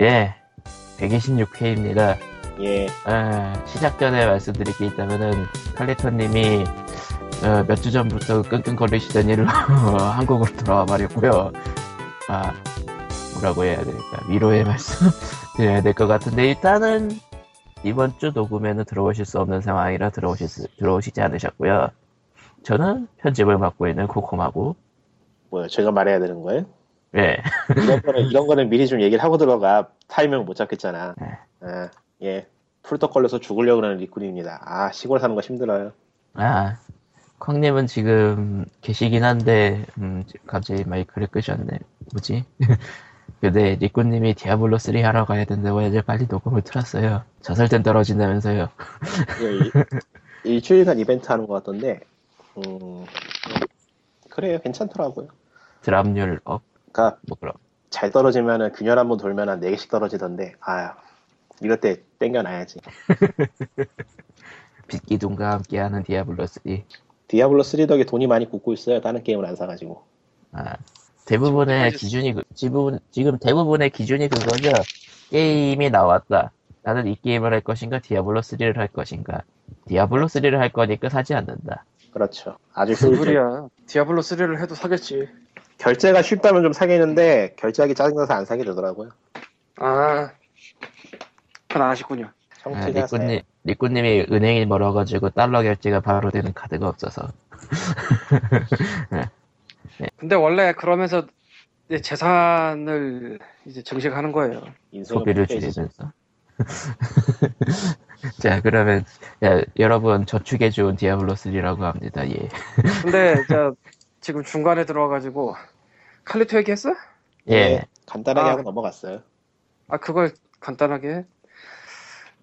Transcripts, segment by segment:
예, 126회입니다. 아, 예, 시작 전에 말씀드릴 게 있다면은, 칼리턴님이 어, 몇 주 전부터 끙끙거리시던 일로 한국으로 돌아와 버렸고요. 아, 뭐라고 해야 될까? 위로의 말씀 드려야 될 것 같은데, 일단은, 이번 주 녹음에는 들어오실 수 없는 상황이라 들어오실 수- 들어오시지 않으셨고요. 저는 편집을 맡고 있는 코코마고, 뭐야, 제가 말해야 되는 거예요? 예, 이런 거는, 이런 거는 미리 좀 얘기를 하고 들어가. 타이밍 못 잡겠잖아. 네. 아, 예. 풀떡 걸려서 죽으려고 하는 리꾼입니다. 아, 시골 사는 거 힘들어요. 아, 콩님은 지금 계시긴 한데, 음, 갑자기 마이크를 끄셨네. 뭐지? 근데 리꾸님이 디아블로3 하러 가야 된다고 해서 빨리 녹음을 틀었어요. 자살된 떨어진다면서요. 예, 이- 일주일간 이벤트 하는 것 같던데, 음, 그래요. 괜찮더라고요. 드랍률 업? 그니까, 뭐 그럼. 잘 떨어지면은 균열 한번 돌면 한 4개씩 떨어지던데, 아, 이럴 때 땡겨놔야지. 빛기둥과 함께하는 디아블로3. 디아블로3 덕에 돈이 많이 굽고 있어요. 다른 게임을 안 사가지고. 아, 대부분의 지금 기준이, 그- 지금, 지금 대부분의 기준이 그거죠. 게임이 나왔다. 나는 이 게임을 할 것인가, 디아블로3를 할 것인가. 디아블로3를 할 거니까 사지 않는다. 그렇죠. 아주 그 효율적. 소리야. 디아블로 3를 해도 사겠지. 결제가 쉽다면 좀 사겠는데, 결제하기 짜증나서 안 사게 되더라고요. 아, 그건 아쉽군요. 아, 청취자 사연. 리꾸님, 리꾸님이 은행이 멀어가지고 달러 결제가 바로 되는 카드가 없어서. 근데 원래 그러면서 이제 재산을 이제 증식하는 거예요. 뭐 인생을 소비를 못 깨지. 줄이면서. 자, 그러면, 야, 여러분, 저축에 좋은 디아블로3라고 합니다, 예. 근데 이제 지금 중간에 들어와가지고 칼리토 얘기했어? 예. 예. 간단하게 아. 하고 넘어갔어요. 아 그걸 간단하게. 해.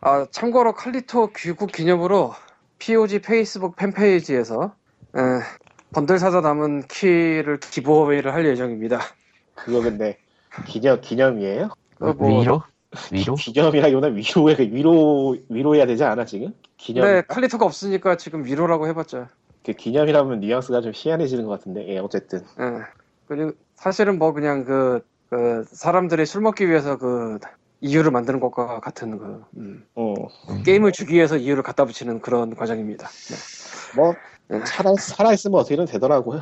아 참고로 칼리토 귀국 기념으로 POG 페이스북 팬페이지에서 에, 번들 사다 남은 키를 기부웨이를 할 예정입니다. 그거 근데 기념 기념이에요? 그거 뭐- 위로? 위로? 기념이라기보다 위로해 위로 위로해야 되지 않아 지금? 기념 근데 칼리토가 없으니까 지금 위로라고 해봤자. 그 기념이라면 뉘앙스가 좀 희한해지는 것 같은데 예 어쨌든 예. 그리고 사실은 뭐 그냥 그, 그 사람들이 술 먹기 위해서 그 이유를 만드는 것과 같은 그 음, 어, 게임을 주기 위해서 이유를 갖다 붙이는 그런 과정입니다. 네. 뭐 살아 살아 있으면 어떻게든 되더라고요.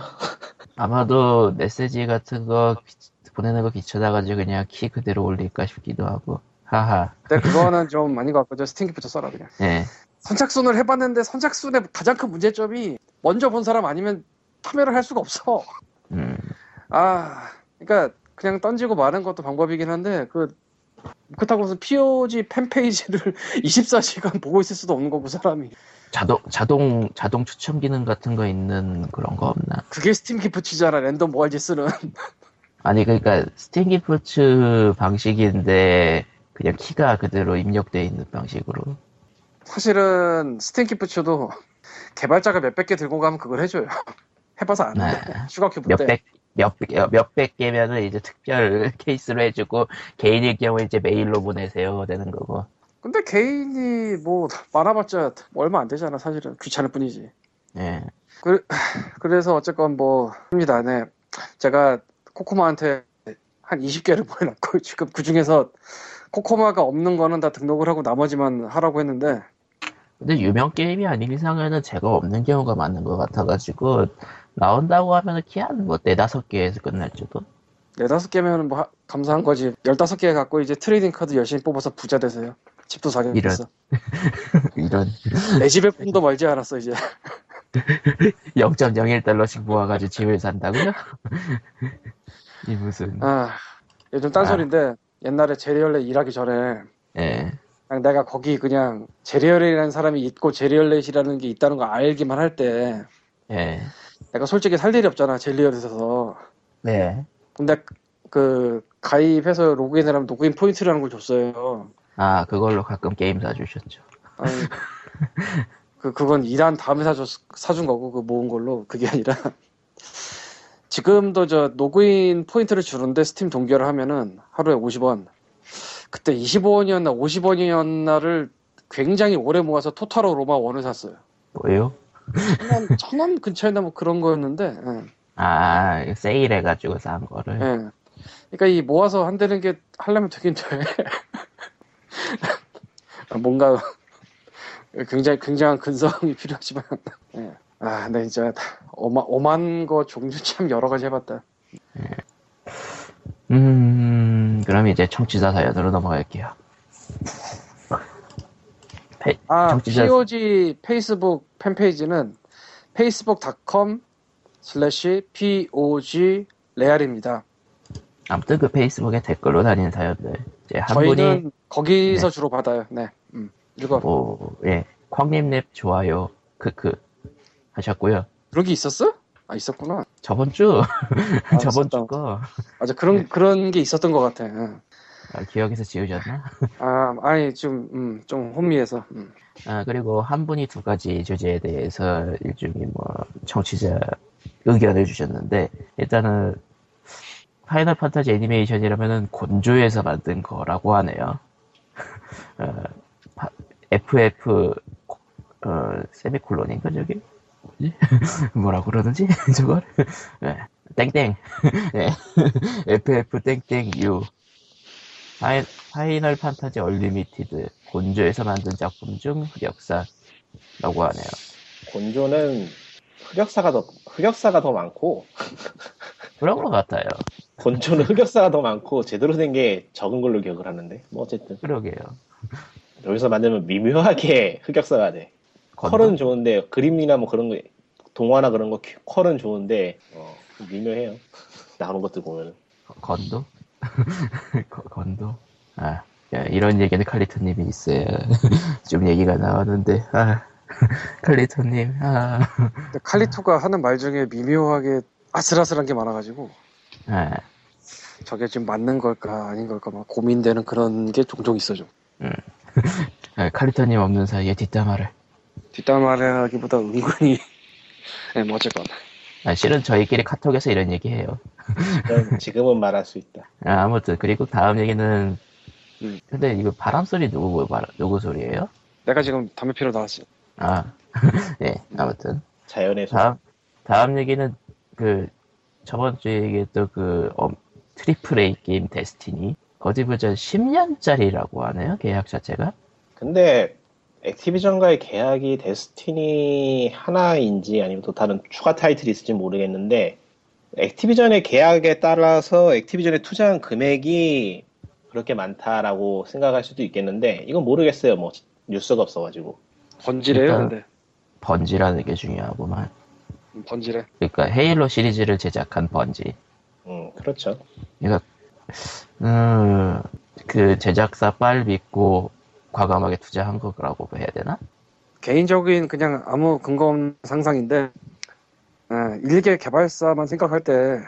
아마도 메시지 같은 거 귀- 보내는 거 귀찮아가지고 그냥 키 그대로 올릴까 싶기도 하고. 하하. 근데 그거는 좀 아닌 것 같고 저 스팅기 부터 써라 그냥. 예. 선착순을 해봤는데 선착순의 가장 큰 문제점이 먼저 본 사람 아니면 참여를 할 수가 없어. 음. 아, 그러니까 그냥 던지고 마는 것도 방법이긴 한데 그 그렇다고 해서 POG 팬페이지를 24시간 보고 있을 수도 없는 거고 그 사람이 자동, 자동, 자동 추첨 기능 같은 거 있는 그런 거 없나? 그게 스팀 기프치잖아 랜덤 모아지 쓰는 아니 그러니까 스팅 기프츠 방식인데 그냥 키가 그대로 입력돼 있는 방식으로 사실은 스팀 기프츠도 개발자가 몇백 개 들고 가면 그걸 해줘요 해봐서 안 돼. 네. 추가 큐브 때 몇백 몇 몇백 개면은 이제 특별 케이스로 해주고 개인일 경우 이제 메일로 보내세요 되는 거고 근데 개인이 뭐 많아봤자 뭐 얼마 안 되잖아 사실은 귀찮을 뿐이지 그, 예 그래서 어쨌건 뭐 합니다 네 제가 코코마한테 한 20개를 보내놨고 지금 그 중에서 코코마가 없는 거는 다 등록을 하고 나머지만 하라고 했는데 근데 유명 게임이 아닌 이상에는 제가 없는 경우가 많은 것 같아가지고 나온다고 하면은 키한뭐 네다섯 개에서 끝날지도 네다섯 개면 뭐 하- 감사한 거지 열다섯 개 갖고 이제 트레이딩 카드 열심히 뽑아서 부자 되세요 집도 이런. 사겠어 이런 내 집에 꿈도 멀지 않았어 이제 0.01달러씩 모아가지고 집을 산다고요? 이 무슨 아, 요즘 딴소리인데 옛날에 제리얼렛 일하기 전에 예 그냥 내가 거기 그냥 제리얼렛이라는 사람이 있고 제리얼렛이라는 게 있다는 거 알기만 할 때 예. 내가 솔직히 살 일이 없잖아 제리얼렛에서 네. 근데 그 가입해서 로그인을 하면 로그인 포인트라는 걸 줬어요 아, 그걸로 가끔 게임 사주셨죠. 아니, 그 그건 일한 다음에 사줬 사준 거고 그 모은 걸로 그게 아니라 지금도 저 로그인 포인트를 주는데 스팀 동결을 하면은 하루에 50원 그때 25원이었나 50원이었나를 굉장히 오래 모아서 토탈로 로마 원을 샀어요. 뭐요? 천원 천원 근처에나 뭐 그런 거였는데 예, 아, 세일해가지고 싼 거를. 예. 그러니까 이 모아서 한다는 게 하려면 되긴 돼. 뭔가 굉장히 굉장한 근성이 필요하지만. 예. 아, 근데 진짜 오마, 오만 거 종류 참 여러 가지 해봤다. 음, 그럼 이제 청취자 사연으로 넘어갈게요. 아, 정치자- POG 페이스북 팬페이지는 facebook.com slash POG 레알입니다. 아무튼 그 페이스북에 댓글로 다니는 사연들. 이제 한 저희는 분이, 거기서 주로 받아요. 네. 음. 읽어. 뭐, 예, 콩님랩 좋아요. 크크. 하셨고요. 그런 게 있었어? 아, 있었구나. 저번 주, 아, 저번 있었다. 주 거, 맞아, 그런, 네. 그런 게 있었던 것 같아. 예. 응. 아, 기억에서 지우셨나? 아, 아니, 좀, 음, 좀 혼미해서. 음. 아, 그리고 한 분이 두 가지 주제에 대해서 일종의 뭐, 청취자 의견을 주셨는데, 일단은, 파이널 판타지 애니메이션이라면은 곤조에서 만든 거라고 하네요. 어, 파- FF, 코- 어, 세미콜론인가, 저기? 뭐지? 뭐라고 그러는지? 저걸? 예, 땡땡. 예, FF 땡땡 U. 파이, 파이널 판타지 얼리미티드 곤조에서 만든 작품 중 흑역사라고 하네요. 곤조는 흑역사가 더 흑역사가 더 많고 그런 것 같아요. 곤조는 흑역사가 더 많고 제대로 된 게 적은 걸로 기억을 하는데 뭐 어쨌든 그러게요. 여기서 만들면 미묘하게 흑역사가 돼. 컬은 좋은데 그림이나 뭐 그런 거 동화나 그런 거 컬은 좋은데 어, 미묘해요. 나오는 것들 보면 건도? 거- 건도? 아, 야, 이런 얘기는 칼리토님이 있어요. 좀 얘기가 나왔는데, 아, 칼리토님, 아, 근데 칼리토가 하는 말 중에 미묘하게 아슬아슬한 게 많아가지고 아, 저게 지금 맞는 걸까 아닌 걸까 막 고민되는 그런 게 종종 있어 좀. 아, 칼리토님 없는 사이에 뒷담화를. 뒷담화하기보다 은근히 네, 뭐 어쨌건 아, 실은 저희끼리 카톡에서 이런 얘기해요. 그건 지금은 말할 수 있다. 아, 아무튼 그리고 다음 얘기는 음. 근데 이거 바람 소리 누구 말 누구 소리예요? 내가 지금 담배 피러 나왔어. 아, 예, 아무튼. 자연의 소 다음, 다음 얘기는 그, 저번 주에 얘기했던 그, 어, 트리플 A 게임 데스티니. 어디 보자 10년짜리라고 하네요, 계약 자체가. 근데 액티비전과의 계약이 데스티니 하나인지 아니면 또 다른 추가 타이틀이 있을지 모르겠는데 액티비전의 계약에 따라서 액티비전에 투자한 금액이 그렇게 많다라고 생각할 수도 있겠는데 이건 모르겠어요. 뭐 뉴스가 없어가지고 번지래요 일단- 근데 번지라는 게 중요하구만. 음, 번지래. 그러니까 헤일로 시리즈를 제작한 번지. 음 그렇죠. 음, 그 제작사 빨 믿고 과감하게 투자한 거라고 해야 되나? 개인적인 그냥 아무 근거 없는 상상인데 예, 일개 개발사만 생각할 때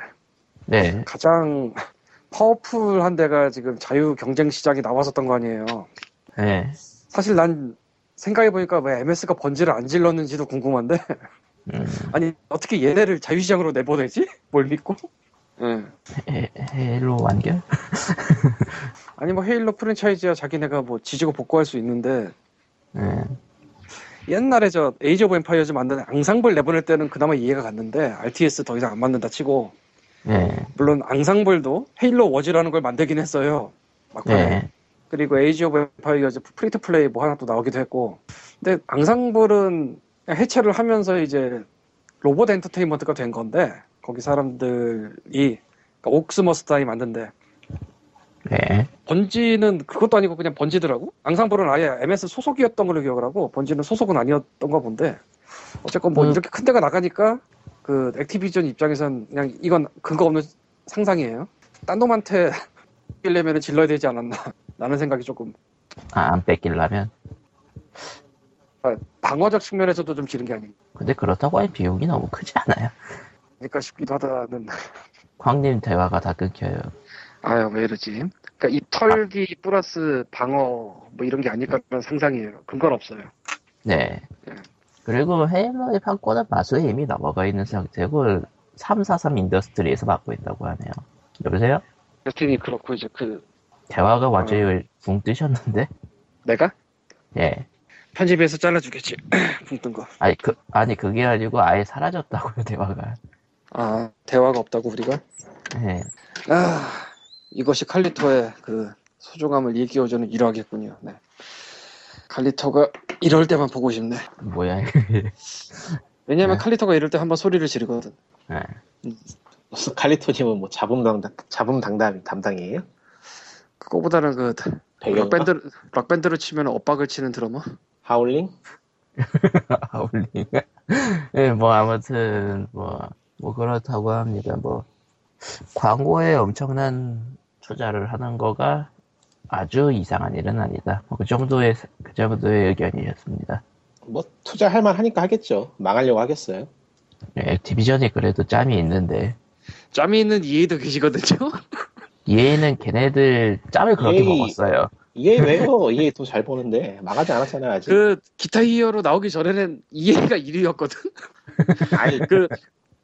네, 가장 파워풀한 데가 지금 자유 경쟁 시장이 나왔었던 거 아니에요. 네. 사실 난 생각해보니까 왜 MS가 번지를 안 질렀는지도 궁금한데 음, 아니 어떻게 얘네를 자유시장으로 내보내지? 뭘 믿고? 예. 헤- 헤일로 완결? 아니 뭐 헤일로 프랜차이즈야 자기네가 뭐 지지고 복구할 수 있는데 네. 옛날에 저 에이지 오브 엠파이어즈 만든 앙상블 내보낼 때는 그나마 이해가 갔는데 RTS 더 이상 안 만든다 치고 네. 물론 앙상블도 헤일로 워즈라는 걸 만들긴 했어요 막판에 네. 그리고 에이지 오브 엠파이어즈 프리트 플레이 뭐 하나 또 나오기도 했고 근데 앙상블은 그냥 해체를 하면서 이제 로봇 엔터테인먼트가 된 건데 거기 사람들이 그러니까 옥스머스타이 만든데 네. 번지는 그것도 아니고 그냥 번지더라고. 앙상블은 아예 MS 소속이었던 걸로 기억을 하고 번지는 소속은 아니었던 가 본데 어쨌건 뭐 음. 이렇게 큰 데가 나가니까 그 액티비전 입장에선 그냥 이건 근거 없는 상상이에요. 딴 놈한테 빌려면 질러야 되지 않았나 라는 생각이 조금 아, 안 뺏기려면. 방어적 측면에서도 좀 지른 게 아닌가 근데 그렇다고 할 비용이 너무 크지 않아요. 싶기도 하다는 광님 대화가 다 끊겨요. 아유 왜 이러지 그러니까 이 털기 플러스 방어 뭐 이런 게 아닐까라는 상상이에요 근거는 없어요 네. 그리고 헤일러의 판권은 마수의 이미 넘어가 있는 상태고 343 인더스트리에서 맡고 있다고 하네요. 여보세요? 여튼이 그렇고 이제 그 대화가 완전히 붕 뜨셨는데? 내가 예. 편집해서 잘라주겠지. 붕뜬 거. 아니 그 아니 그게 아니고 아예 사라졌다고요 대화가. 아 대화가 없다고 우리가? 예. 아, 이것이 칼리토의 그 소중함을 일깨워주는 일화겠군요. 네. 칼리토가 이럴 때만 보고 싶네. 뭐야 왜냐하면 네. 칼리토가 이럴 때 한번 소리를 지르거든. 무슨 칼리토님은 뭐 잡음 담당 잡음 담당 담당이에요? 그거보다는 그 배경 밴드 락밴드 락밴드로 치면 엇박을 치는 드러머. 하울링? 아울링. 예, 뭐 아무튼 뭐, 뭐 그렇다고 합니다. 뭐 광고에 엄청난 투자를 하는 거가 아주 이상한 일은 아니다. 뭐그 정도의 그 정도의 의견이었습니다. 뭐 투자할 만하니까 하겠죠. 망하려고 하겠어요. 예, 액티비전이 그래도 짬이 있는데 짬이 있는 이해도 계시거든요. 아, 네. 얘는 걔네들 짬을 그렇게 EA 먹었어요. 이해 왜요? 이해 돈잘 버는데 망하지 않았잖아요 아직. 그 기타 히어로 나오기 전에는 이해가 1위였거든. 아니 그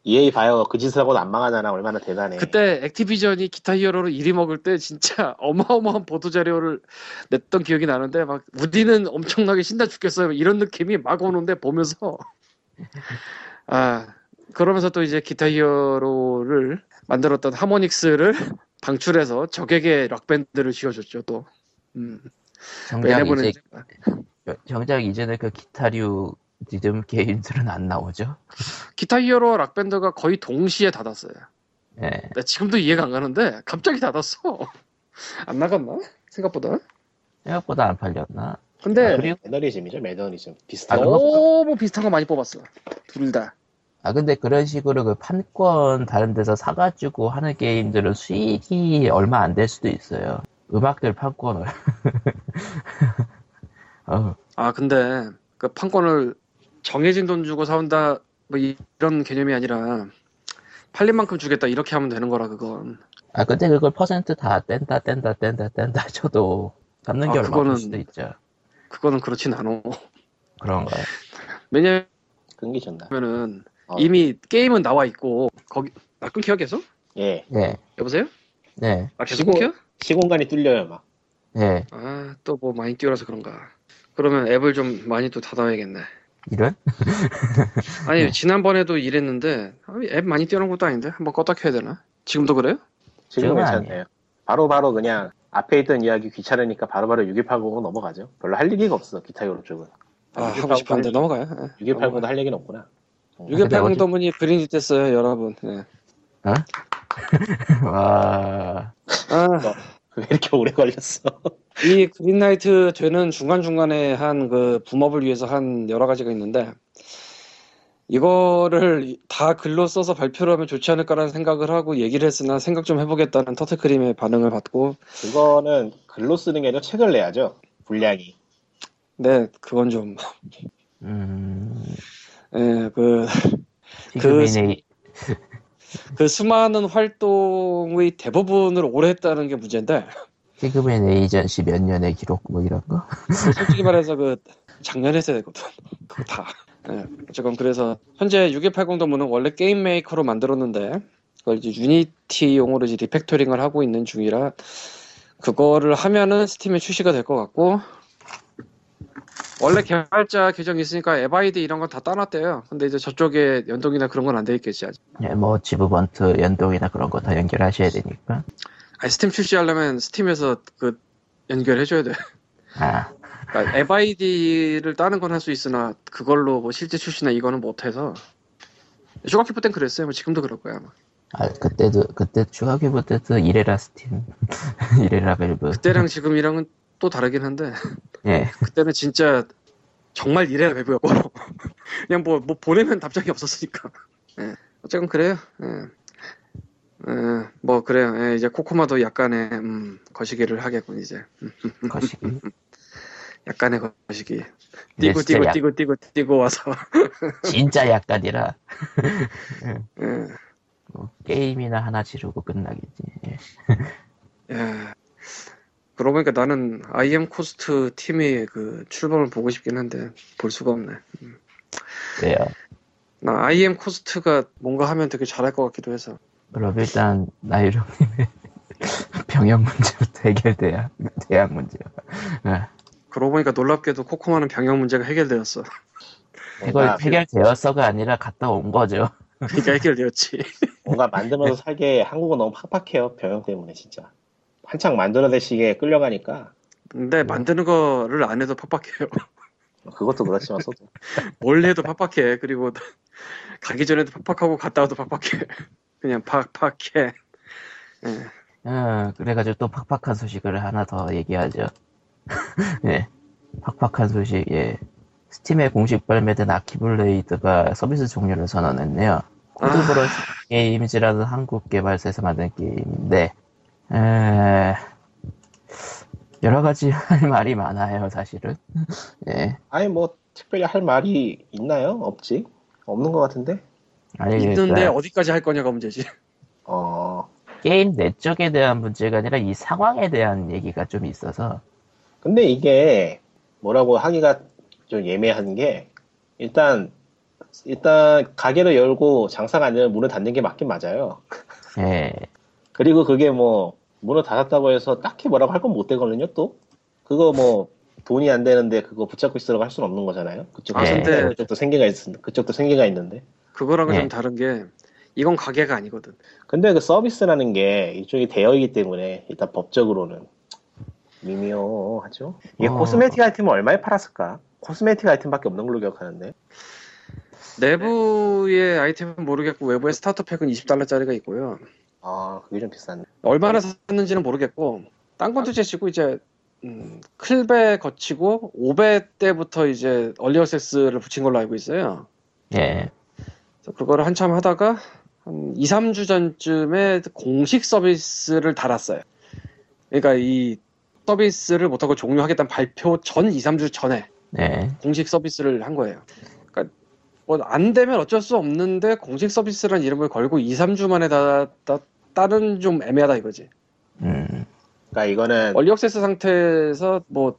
EA 봐요. 그 짓을 하고도 안 망하잖아. 얼마나 네. 대단해. 그때 액티비전이 기타 히어로로 1위 먹을 때 진짜 어마어마한 보도 자료를 냈던 기억이 나는데 막 우리는 엄청나게 신나 죽겠어요 이런 느낌이 막 오는데 보면서 아 그러면서 또 이제 기타 히어로를 만들었던 하모닉스를 방출해서 적에게 락밴드를 씌워줬죠 또 음, 정작 왜냐면은 이제 정작 이제는 그 기타류 리듬 게임들은 안 나오죠. 기타 히어로와 락밴드가 거의 동시에 닫았어요 예. 나 지금도 이해가 안 가는데 갑자기 닫았어 안 나갔나 생각보다 생각보다 안 팔렸나? 근데 그리고- 아, 매너리즘이죠. 매너리즘 비슷한. 아, 거. 네. 너무 비슷한 거 많이 뽑았어. 둘 다. 아 근데 그런 식으로 그 판권 다른 데서 사가지고 하는 게임들은 수익이 얼마 안 될 수도 있어요. 음악들 판권을. 어, 아 근데 그 판권을 정해진 돈 주고 사온다 뭐 이- 이런 개념이 아니라 팔린 만큼 주겠다 이렇게 하면 되는 거라 그건. 아 근데 그걸 퍼센트 다 뗀다 뗀다 뗀다 뗀다 쳐도 잡는 게 아, 얼마 그거는- 될 수도 있죠. 그거는 그렇진 않어. 그런가요? 왜냐면은 끊기셨나? 아. 어. 이미 게임은 나와 있고 거기 나 끊겨 계속? 예. 예, 여보세요? 예, 나 계속 지금- 끊겨? 시공간이 뚫려요 막. 예. 아 또 뭐 많이 뛰어라서 그런가. 그러면 앱을 좀 많이 또 닫아야겠네. 이런? 아니 지난번에도 이랬는데 아, 앱 많이 뛰어난 것도 아닌데 한번 껐다 켜야 되나? 지금도 그래요? 지금 지금은 괜찮네요. 바로 바로 그냥 앞에 있던 이야기 귀찮으니까 바로바로 6180으로 넘어가죠. 별로 할 얘기가 없어 기타 요로 쪽은. 아, 하고 싶은데 넘어가요. 예. 6180보다 할 얘기는 없구나. 음. 6180 어쨌든- 더문이 브린이 됐어요, 여러분. 예. 와, 아, 왜 이렇게 오래 걸렸어? 이 그린라이트 되는 중간중간에 한 그 붐업을 위해서 한 여러 가지가 있는데, 이거를 다 글로 써서 발표를 하면 좋지 않을까라는 생각을 하고 얘기를 했으나 생각 좀 해보겠다는 터트크림의 반응을 받고, 그거는 글로 쓰는 게 아니라 책을 내야죠. 분량이. 네, 그건 좀, 음, 예, 그, 피그민의 그 수많은 활동의 대부분을 오래 했다는 게 문제인데, 피그민의 에이전시 몇 년의 기록 뭐 이런 거? 솔직히 말해서 그 작년에 했어야 되거든. 그거 다. 예, 어쨌건 그래서 현재 6180 도문은 원래 게임 메이커로 만들었는데 그걸 이제 유니티용으로 이제 리팩토링을 하고 있는 중이라 그거를 하면은 스팀에 출시가 될 것 같고 원래 개발자 계정이 있으니까 에바이드 이런 건 다 따놨대요. 근데 이제 저쪽에 연동이나 그런 건 안 돼 있겠지 아직. 예, 뭐 지브번트 연동이나 그런 거 다 연결하셔야 되니까. 아니, 스팀 출시하려면 스팀에서 그 연결해줘야 돼. 아, 그러니까 FID를 따는 건 할 수 있으나 그걸로 뭐 실제 출시나 이거는 못해서 슈가키프 땐 그랬어요. 뭐 지금도 그럴 거야. 아마. 아, 그때도, 그때 추가기부 때도 이레라 스팀, 이레라 밸브. 그때랑 지금이랑은 또 다르긴 한데 예, 그때는 진짜 정말 이래야 배부였고 그냥 뭐, 뭐 보내면 답장이 없었으니까. 예. 어쨌건 그래요. 예. 예, 뭐 그래요. 예, 이제 코코마도 약간의 음, 거시기를 하겠군 이제. 거시기. 약간의 거시기. 이제 뛰고 진짜 뛰고 약- 뛰고 뛰고 뛰고 와서. 진짜 약간이라, 예. 뭐 게임이나 하나 지르고 끝나겠지. 예. 예. 그러고 보니까 나는 아이엠 코스트 팀의 그 출범을 보고 싶긴 한데 볼 수가 없네. 왜요? 나 아이엠 코스트가 뭔가 하면 되게 잘할 것 같기도 해서. 그럼 일단, 나이롱님의 병역 문제부터 해결돼야, 대학 문제요. 그러고 보니까 놀랍게도 코코마는 병역 문제가 해결되었어. 해결, 나 아, 그 해결되었어가 아니라 갔다 온 거죠. 그러니까 해결되었지. 뭔가 만들면서 살게 한국은 너무 팍팍해요. 병역 때문에 진짜. 한창 만들어낼 시기에 끌려가니까 근데 만드는 거를 안 해도 팍팍해요. 그것도 그렇지만 또 뭘 해도 팍팍해. 그리고 가기 전에도 팍팍하고 갔다 와도 팍팍해. 그냥 네, 팍팍해. 아, 그래가지고 또 팍팍한 소식을 하나 더 얘기하죠. 네. 팍팍한 소식, 예. 스팀에 공식 발매된 아키블레이드가 서비스 종료를 선언했네요. 아. 코드브러쉬 게임즈라는 한국 개발사에서 만든 게임인데, 에, 여러 가지 할 말이 많아요, 사실은. 예. 아니 뭐 특별히 할 말이 있나요? 없지? 없는 것 같은데. 아니, 있는데 그러니까 어디까지 할 거냐가 문제지. 어 게임 내적에 대한 문제가 아니라 이 상황에 대한 얘기가 좀 있어서, 근데 이게 뭐라고 하기가 좀 예매한 게 일단 일단 가게를 열고 장사가 안 되면 문을 닫는 게 맞긴 맞아요. 예. 그리고 그게 뭐 문을 닫았다고 해서 딱히 뭐라고 할 건 못 되거든요. 또 그거 뭐 돈이 안 되는데 그거 붙잡고 있으라고 할 수는 없는 거잖아요. 그쪽도 아, 생기가, 근데- 그쪽도 생기가 있 그쪽도 생기가 있는데. 그거랑은 네. 좀 다른 게 이건 가게가 아니거든. 근데 그 서비스라는 게 일종의 대여이기 때문에 일단 법적으로는 미묘하죠. 이게 어. 코스메틱 아이템은 얼마에 팔았을까? 코스메틱 아이템밖에 없는 걸로 기억하는데. 내부의 아이템은 모르겠고 외부의 스타터 팩은 20달러짜리가 있고요. 아 그게 좀 비싼. 얼마나 샀는지는 모르겠고 딴 것도 제시고 이제 음, 클베 거치고 5배 때부터 이제 얼리 어세스를 붙인 걸로 알고 있어요. 예. 그래서 그거를 한참 하다가 한 2, 3주 전쯤에 공식 서비스를 달았어요. 그러니까 이 서비스를 못하고 종료하겠다는 발표 전 2, 3주 전에 예. 공식 서비스를 한 거예요. 그러니까 뭐 안 되면 어쩔 수 없는데 공식 서비스라는 이름을 걸고 2, 3주 만에 다, 다 다른 좀 애매하다 이거지. 음. 그러니까 이거는 얼리 억세스 상태에서 뭐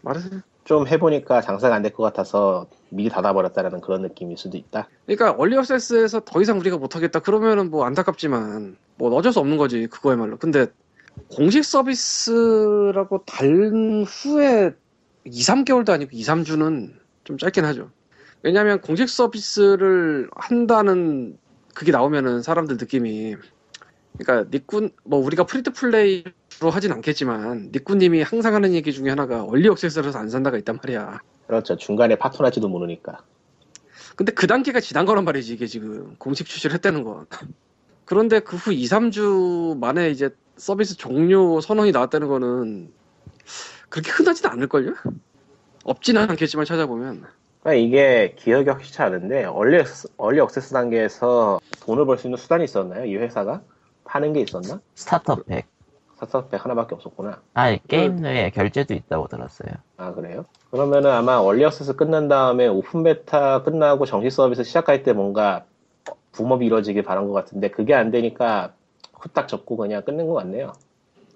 말해 좀 해보니까 장사가 안 될 것 같아서 미리 닫아버렸다라는 그런 느낌일 수도 있다. 그러니까 얼리 억세스에서 더 이상 우리가 못 하겠다 그러면은 뭐 안타깝지만 뭐 어쩔 수 없는 거지 그거야말로. 근데 공식 서비스라고 달 후에 2, 3개월도 아니고 2, 3주는 좀 짧긴 하죠. 왜냐하면 공식 서비스를 한다는 그게 나오면은 사람들 느낌이 그러니까 니꾼 뭐 우리가 프리트 플레이로 하진 않겠지만 니꾼님이 항상 하는 얘기 중에 하나가 얼리 억세스라서 안 산다가 있단 말이야. 그렇죠. 중간에 파토 날지도 모르니까. 근데 그 단계가 지난 거란 말이지 이게 지금 공식 출시를 했다는 건 그런데 그 후 2, 3주 만에 이제 서비스 종료 선언이 나왔다는 거는 그렇게 흔하진 않을걸요? 없지는 않겠지만 찾아보면 그러니까 이게 기억이 확실치 않은데 얼리 액세스, 얼리 액세스 단계에서 돈을 벌 수 있는 수단이 있었나요? 이 회사가 파는 게 있었나? 스타터 팩. 사사백 하나밖에 없었구나. 아니, 예, 게임 내에 결제도 있다고 들었어요. 아 그래요? 그러면은 아마 얼리 액세스 끝난 다음에 오픈 베타 끝나고 정식 서비스 시작할 때 뭔가 붐업이 이루어지길 바란 것 같은데 그게 안 되니까 후딱 접고 그냥 끝낸 것 같네요.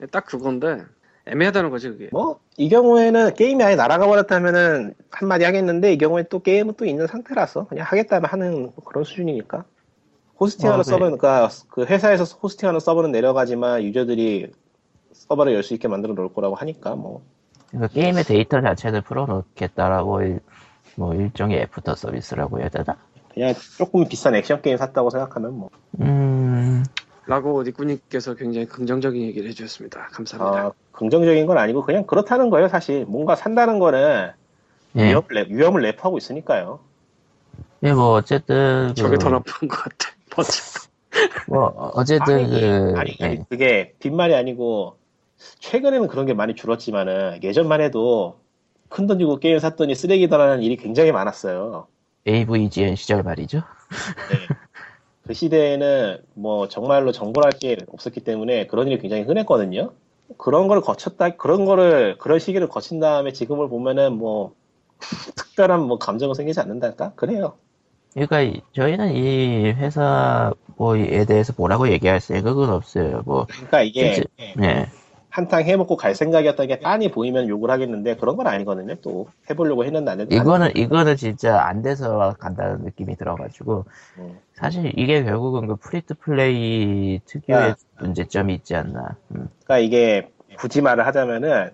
예, 딱 그건데 애매하다는 거지 그게 뭐 이 경우에는 게임이 아예 날아가 버렸다면은 한마디 하겠는데 이 경우에 또 게임은 또 있는 상태라서 그냥 하겠다면 하는 그런 수준이니까 호스팅하는 아, 네. 서버는 그러니까 그 회사에서 호스팅하는 서버는 내려가지만 유저들이 서버를 열 수 있게 만들어 놓을 거라고 하니까 뭐 그러니까 게임의 데이터 자체를 풀어놓겠다라고 일, 뭐 일종의 애프터 서비스라고 해야 되나? 그냥 조금 비싼 액션 게임 샀다고 생각하면 뭐 음, 라고 니꾸님께서 굉장히 긍정적인 얘기를 해주셨습니다 감사합니다 네. 어, 긍정적인 건 아니고 그냥 그렇다는 거예요 사실 뭔가 산다는 거는 예. 위험을, 내- 위험을 내포하고 있으니까요 예, 뭐 어쨌든 그, 저게 더 나쁜 것 같아 버튼. 뭐 어쨌든 그 아니, 예. 아니 그게 빈말이 아니고 최근에는 그런 게 많이 줄었지만은 예전만 해도 큰 돈 주고 게임 샀더니 쓰레기다라는 일이 굉장히 많았어요. AVGN 시절 말이죠. 그 시대에는 뭐 정말로 정보할 게 없었기 때문에 그런 일이 굉장히 흔했거든요. 그런 걸 거쳤다, 그런 거를 그런 시기를 거친 다음에 지금을 보면은 뭐 특별한 뭐 감정은 생기지 않는달까? 그래요. 그러니까 이- 저희는 이 회사 뭐에 대해서 뭐라고 얘기할 생각은 없어요. 뭐 그러니까 이게 진짜. 예, 한탕 해먹고 갈 생각이었던 게 딴이 보이면 욕을 하겠는데 그런 건 아니거든요. 또 해보려고 했는데 안 했는데 이거는 이거는 진짜 안 돼서 간다는 느낌이 들어가지고 음. 사실 이게 결국은 그 프리트 플레이 특유의 아. 문제점이 있지 않나. 음. 그러니까 이게 굳이 말을 하자면은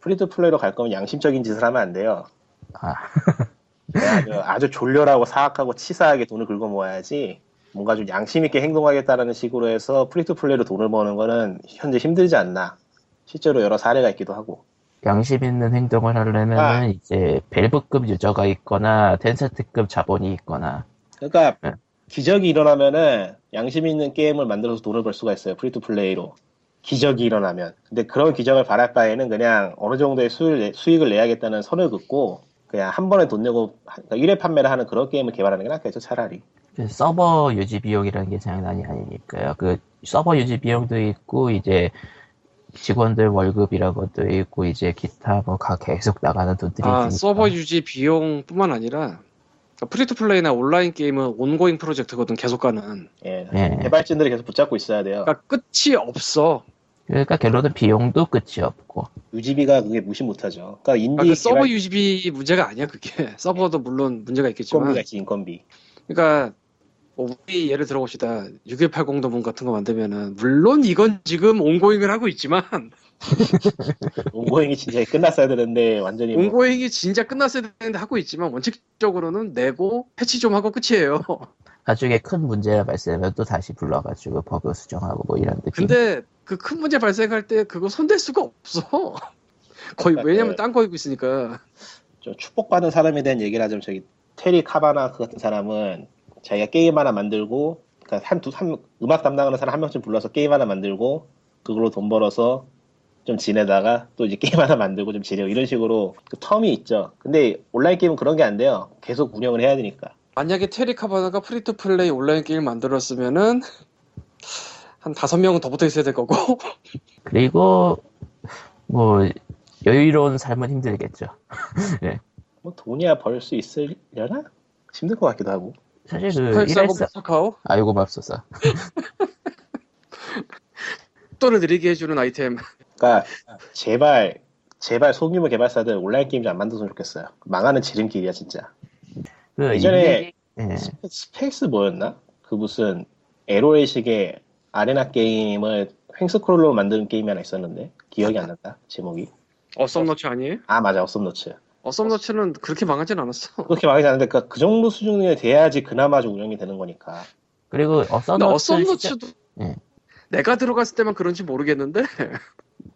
프리드 플레이로 갈 거면 양심적인 짓을 하면 안 돼요. 아. 아주, 아주 졸렬하고 사악하고 치사하게 돈을 긁어 모아야지 뭔가 좀 양심 있게 행동하겠다라는 식으로 해서 프리투플레이로 돈을 버는 거는 현재 힘들지 않나. 실제로 여러 사례가 있기도 하고. 양심 있는 행동을 하려면은 아. 이제 밸브급 유저가 있거나 텐센트급 자본이 있거나 그러니까 네. 기적이 일어나면은 양심 있는 게임을 만들어서 돈을 벌 수가 있어요. 프리투플레이로. 기적이 일어나면. 근데 그런 기적을 바랄 바에는 그냥 어느 정도의 수익을, 수익을 내야겠다는 선을 긋고 그냥 한 번에 돈 내고 한- 그러니까 1회 판매를 하는 그런 게임을 개발하는 게 낫겠죠, 차라리. 그 서버 유지 비용이라는 게 장난이 아니니까요. 그 서버 유지 비용도 있고 이제 직원들 월급이라는 것도 있고 이제 기타 뭐가 계속 나가는 돈들이 아, 있으니까. 서버 유지 비용뿐만 아니라 그러니까 프리투플레이나 온라인 게임은 온고잉 프로젝트거든 계속 가는. 예. 예. 개발진들이 계속 붙잡고 있어야 돼요. 그러니까 끝이 없어. 그러니까 결론은 비용도 끝이 없고 유지비가 그게 무시 못하죠. 그러니까 인디 그러니까 그 서버 개발 유지비 문제가 아니야 그게. 서버도 물론 문제가 있겠지만. 인건비가 있지 인건비. 그러니까 뭐 우리 예를 들어봅시다. 6180 도문 같은 거 만들면은 물론 이건 지금 온고잉을 하고 있지만 온고잉이 진짜 끝났어야 되는데 예. 완전히 뭐 온고잉이 진짜 끝났어야 되는데 하고 있지만 원칙적으로는 내고 패치 좀 하고 끝이에요. 나중에 큰 문제가 발생하면 또 다시 불러가지고 버그 수정하고 뭐 이런 느낌. 근데 그 큰 문제 발생할 때 그거 손댈 수가 없어. 거의 그러니까 왜냐면 그- 딴 거이고 있으니까. 좀 축복받은 사람에 대한 얘기를 하자면 저기 테리 카바나 그 같은 사람은 자기가 게임 하나 만들고 그러니까 한두 한 음악 담당하는 사람 한 명쯤 불러서 게임 하나 만들고 그걸로 돈 벌어서 좀 지내다가 또 이제 게임 하나 만들고 좀 지내고 이런 식으로 그 텀이 있죠. 근데 온라인 게임은 그런 게 안 돼요. 계속 운영을 해야 되니까. 만약에 테리 카바나가 프리투 플레이 온라인 게임 만들었으면은 한 다섯 명은 더 붙어 있어야 될 거고. 그리고 뭐 여유로운 삶은 힘들겠죠. 뭐 돈이야 벌 수 있으려나? 힘들 것 같기도 하고. 사실 그 일할사 840 카카오 아이고 맙소사. 또를 느리게 해주는 아이템. 그러니까 제발 제발 소규모 개발사들 온라인 게임 좀 안 만들었으면 좋겠어요. 망하는 지름길이야 진짜. 그 예전에 인디- 네. 예. 스페- 스페이스 뭐였나? 그 무슨 LOL식의 아레나 게임을 횡스크롤로 만드는 게임이 하나 있었는데 기억이 안 난다 제목이. 어썸너츠 아니에요? 아 맞아 어썸노츠. 어썸너츠는 그렇게 망하진 않았어. 그렇게 망하지 않는데 그러니까 그 정도 수준에 돼야지 그나마 좀 운영이 되는 거니까. 그리고 근데 어썸너츠 시작- 어썸너츠도 예. 내가 들어갔을 때만 그런지 모르겠는데 그러니까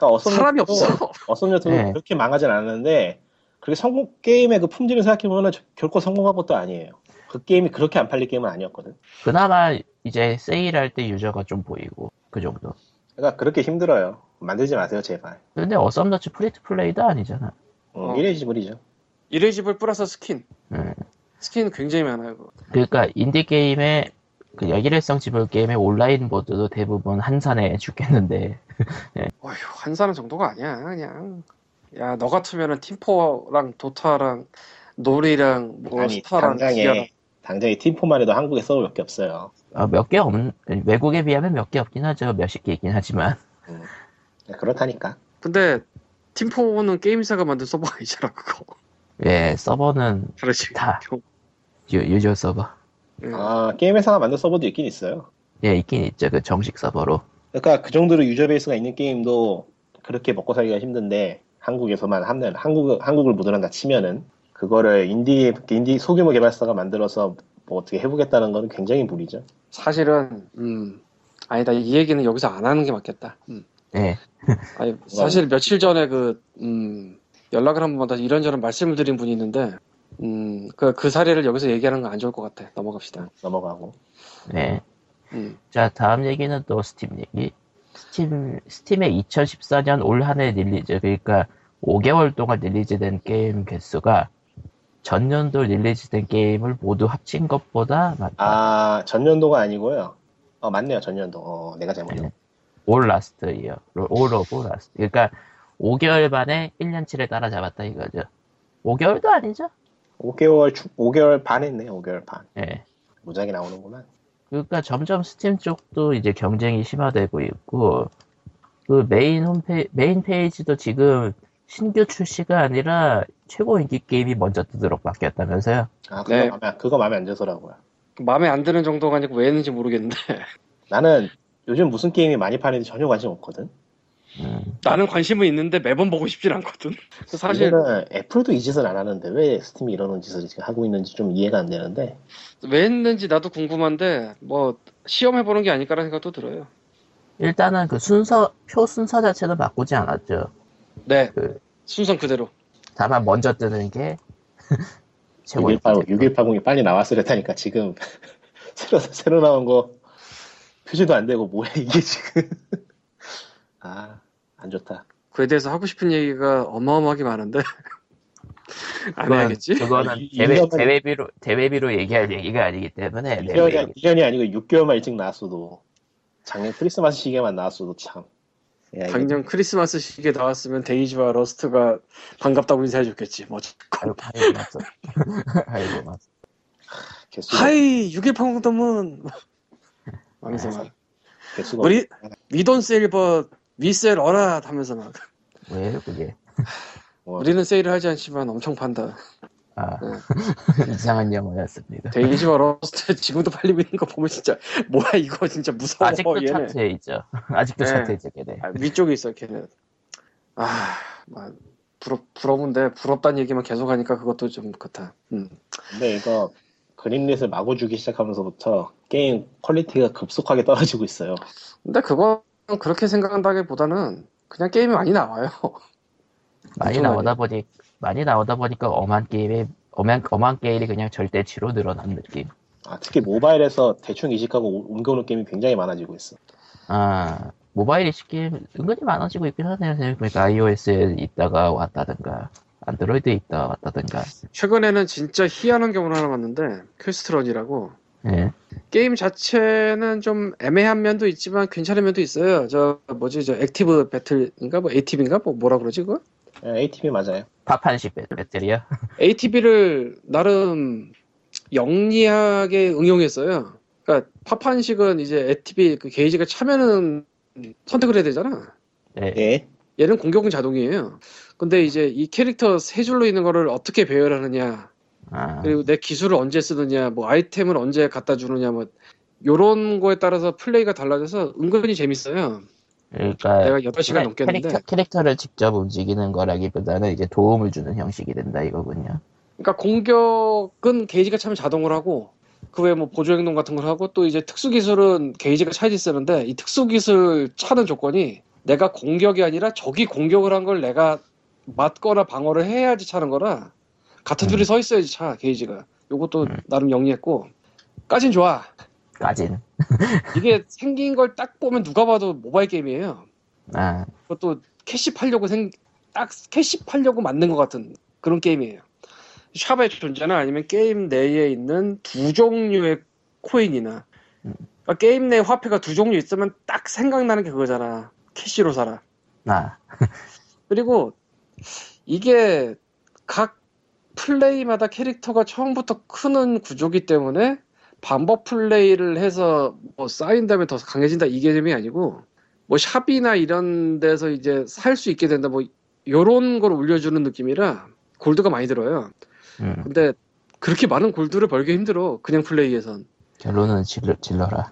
어썸노츠도- 사람이 없어. 어썸노츠도 네. 그렇게 망하진 않았는데 그렇게 성공 게임의 그 품질을 생각해 보면 결코 성공한 것도 아니에요. 그 게임이 그렇게 안 팔릴 게임은 아니었거든. 그나마 이제 세일할 때 유저가 좀 보이고 그 정도. 그러니까 그렇게 힘들어요. 만들지 마세요 제발. 근데 어썸너츠 프리트 플레이도 아니잖아. 어, 어. 이래 지불이죠. 이레지블 플러스 스킨. 네. 예. 스킨 굉장히 많아요. 그거. 그러니까 인디 게임의 그 여기래성 지불 게임의 온라인 모드도 대부분 한산해 죽겠는데 어휴 한사는 정도가 아니야 그냥. 야 너 같으면은 팀포랑 도타랑 놀이랑 뭐 아니 스타랑 기아랑. 당장에 당장에 팀포만 해도 한국에 서버 몇개 없어요. 아, 몇 개 없는 외국에 비하면 몇 개 없긴 하죠. 몇십 개 있긴 하지만 네, 그렇다니까. 근데 팀포는 게임사가 만든 서버가 아니잖아 그거. 예 서버는 그렇지. 다. 유, 유저 서버 예. 아, 게임 회사가 만든 서버도 있긴 있어요. 예 있긴 있죠. 그 정식 서버로 그러니까 그 정도로 유저 베이스가 있는 게임도 그렇게 먹고 살기가 힘든데 한국에서만 하면 한국 한국을 무던한다 치면은 그거를 인디 인디 소규모 개발사가 만들어서 뭐 어떻게 해보겠다는 거는 굉장히 무리죠. 사실은 음 아니다 이 얘기는 여기서 안 하는 게 맞겠다. 음. 예 아니, 사실 며칠 전에 그, 음, 연락을 한 번 받아서 이런저런 말씀을 드린 분이 있는데, 음, 그, 그 사례를 여기서 얘기하는 건 안 좋을 것 같아. 넘어갑시다. 넘어가고 예. 음. 자 다음 얘기는 또 스팀 얘기. 스팀 스팀의 2014년 올 한 해 릴리즈 그러니까 5개월 동안 릴리즈된 게임 개수가 전년도 릴리즈된 게임을 모두 합친 것보다 많다. 아 전년도가 아니고요. 어 맞네요 전년도. 어, 내가 잘못. 네. 올 라스트 이어, 올 오브 라스트. 그러니까 5개월 만에 1년치를 따라잡았다 이거죠. 5개월도 아니죠? 5개월 축 5개월 반 했네요. 5개월 반. 예. 무작위 나오는구만. 그러니까 점점 스팀 쪽도 이제 경쟁이 심화되고 있고 그 메인 홈페 메인 페이지도 지금 신규 출시가 아니라 최고 인기 게임이 먼저 뜨도록 바뀌었다면서요? 아 그거 네. 마음에 안- 그거 마음에 안 들어서라고요. 마음에 안 드는 정도가 아니고 왜 했는지 모르겠는데. 나는 요즘 무슨 게임이 많이 파는지 전혀 관심 없거든. 음, 나는 관심은 있는데 매번 보고 싶진 않거든. 그래서 사실 이제는 애플도 이 짓을 안 하는데 왜 스팀이 이러는 짓을 지금 하고 있는지 좀 이해가 안 되는데 왜 했는지 나도 궁금한데 뭐 시험해보는 게 아닐까라는 생각도 들어요. 일단은 그 순서 표 순서 자체는 바꾸지 않았죠. 네, 그- 순선 그대로. 다만 다만 먼저 뜨는 게 최고 6180, 6180이 빨리 나왔으려 다니까 지금 새로 새로 나온 거 표시도 안 되고 뭐야 이게 지금 아 안 좋다. 그에 대해서 하고 싶은 얘기가 어마어마하게 많은데 안 해야겠지? 아, 그거는 이- 이 대회, 년간- 대회비로 대회비로 얘기할 얘기가 아니기 때문에 네, 1년이, 얘기- 1년이 아니고 6개월만 일찍 나왔어도 작년 크리스마스 시기에만 나왔어도 참. 야, 이거 작년 크리스마스 시기에 나왔으면 데이지와 러스트가 반갑다고 인사해줬겠지. 뭐 아이고 아이고 맞어. 아이고 맞어. 개수가, 하이 6일펑덤은 하면서 막 개수가 우리 위돈 세일버 위셀 어라 하면서 막 왜요 그게? 없고. 우리는 세일을 하지 않지만 엄청 판다. 아 이상한 영화였습니다. 데이지와 러스트 지금도 팔리고 있는 거 보면 진짜 뭐야 이거 진짜 무서워 아직도 어, 얘네. 차트에 있죠. 아직도 네. 차트에 있죠, 걔네. 아, 위쪽에 있어 걔는 아 막, 부럽 부러운데 부럽다는 얘기만 계속하니까 그것도 좀 그렇다 음. 근데 이거 그린릿을 마구 주기 시작하면서부터 게임 퀄리티가 급속하게 떨어지고 있어요. 근데 그건 그렇게 생각한다기보다는 그냥 게임이 많이 나와요 많이 엄청 나오다 보니 많이 나오다 보니까 엄한 게임이 엄한 엄한 게임이 그냥 절대치로 늘어난 느낌. 아, 특히 모바일에서 대충 이식하고 오- 옮겨오는 게임이 굉장히 많아지고 있어. 아 모바일 이식 게임 은근히 많아지고 있긴 하네요. 생각해보니까 iOS에 있다가 왔다든가 안드로이드에 있다 가 왔다든가. 최근에는 진짜 희한한 경우를 하나 봤는데 퀘스트런이라고 예. 게임 자체는 좀 애매한 면도 있지만 괜찮은 면도 있어요 저 뭐지 저 액티브 배틀인가 뭐 ATB인가 뭐 뭐라 그러지 그거 예, ATP 맞아요. 파판식 배- 배터리요. ATB를 나름 영리하게 응용했어요. 그러니까 파판식은 이제 ATB 그 게이지가 차면은 선택을 해야 되잖아. 예. 예. 얘는 공격은 자동이에요. 근데 이제 이 캐릭터 세 줄로 있는 거를 어떻게 배열하느냐, 아, 그리고 내 기술을 언제 쓰느냐, 뭐 아이템을 언제 갖다 주느냐, 뭐 요런 거에 따라서 플레이가 달라져서 은근히 재밌어요. 그러니까 내가 8시간 그러니까 넘겼는데 캐릭터, 캐릭터를 직접 움직이는 거라기보다는 이제 도움을 주는 형식이 된다 이거군요. 그러니까 공격은 게이지가 차면 자동으로 하고 그 외에 뭐 보조 행동 같은 걸 하고 또 이제 특수 기술은 게이지가 차지 쓰는데 이 특수 기술 차는 조건이 내가 공격이 아니라 적이 공격을 한 걸 내가 맞거나 방어를 해야지 차는 거라 같은 음. 줄이 서 있어야지 차 게이지가 요것도 음. 나름 영리했고 까진 좋아 까진. 이게 생긴 걸 딱 보면 누가 봐도 모바일 게임이에요 아, 그것도 캐시 팔려고 생, 딱 캐시 팔려고 만든 것 같은 그런 게임이에요. 샵의 존재나 아니면 게임 내에 있는 두 종류의 코인이나 음. 그러니까 게임 내 화폐가 두 종류 있으면 딱 생각나는 게 그거잖아. 캐시로 사라. 나. 그리고 이게 각 플레이마다 캐릭터가 처음부터 크는 구조기 때문에 반복 플레이를 해서 뭐 쌓인 다음에 더 강해진다 이 개념이 아니고 뭐 샵이나 이런 데서 이제 살 수 있게 된다 뭐 요런 걸 올려주는 느낌이라 골드가 많이 들어요 음, 근데 그렇게 많은 골드를 벌기 힘들어 그냥 플레이에선 결론은 질러, 질러라.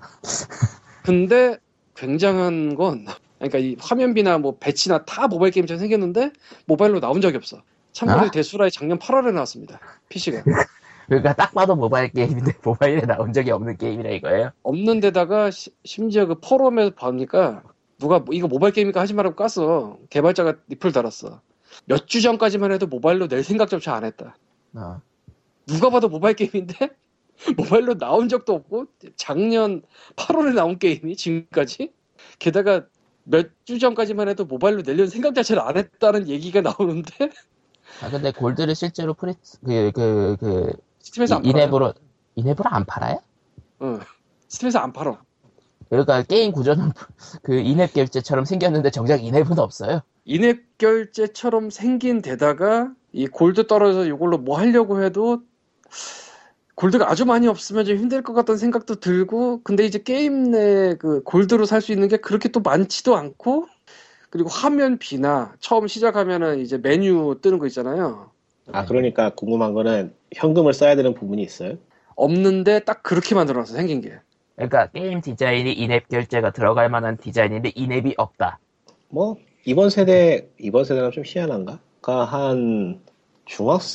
근데 굉장한 건 그러니까 이 화면비나 뭐 배치나 다 모바일 게임처럼 생겼는데 모바일로 나온 적이 없어. 참고로 아? 대수라에 작년 8월에 나왔습니다. PC가 그러니까 딱 봐도 모바일 게임인데 모바일에 나온 적이 없는 게임이라 이거예요? 없는 데다가 시- 심지어 그 포럼에서 보니까 누가 뭐 이거 모바일 게임이니까 하지 말라고 깠어. 개발자가 리플 달았어. 몇 주 전까지만 해도 모바일로 낼 생각조차 안 했다. 어. 누가 봐도 모바일 게임인데 모바일로 나온 적도 없고 작년 8월에 나온 게임이 지금까지 게다가 몇 주 전까지만 해도 모바일로 내려는 생각 자체를 안 했다는 얘기가 나오는데 아 근데 골드를 실제로 프리 그그그 스팀에서 안 팔아요. 인앱으로 인앱으로 안 팔아요? 응. 스팀에서 안 팔아. 그러니까 게임 구조는 그 인앱 결제처럼 생겼는데 정작 인앱은 없어요. 인앱 결제처럼 생긴 데다가 이 골드 떨어져서 이걸로 뭐 하려고 해도 골드가 아주 많이 없으면 좀 힘들 것 같다는 생각도 들고 근데 이제 게임 내 그 골드로 살 수 있는 게 그렇게 또 많지도 않고 그리고 화면 비나 처음 시작하면은 이제 메뉴 뜨는 거 있잖아요 아, 그러니까 궁금한 거는 현금을 써야 되는 부분이 있어요. 없는데 딱 그렇게 만들어놨어 생긴 게 그러니까 게임 디자인이 인앱 결제가 들어갈 만한 디자인인데 인앱이 없다. 뭐 이번 세대 이번 세대가 좀 희한한가? 그러니까 한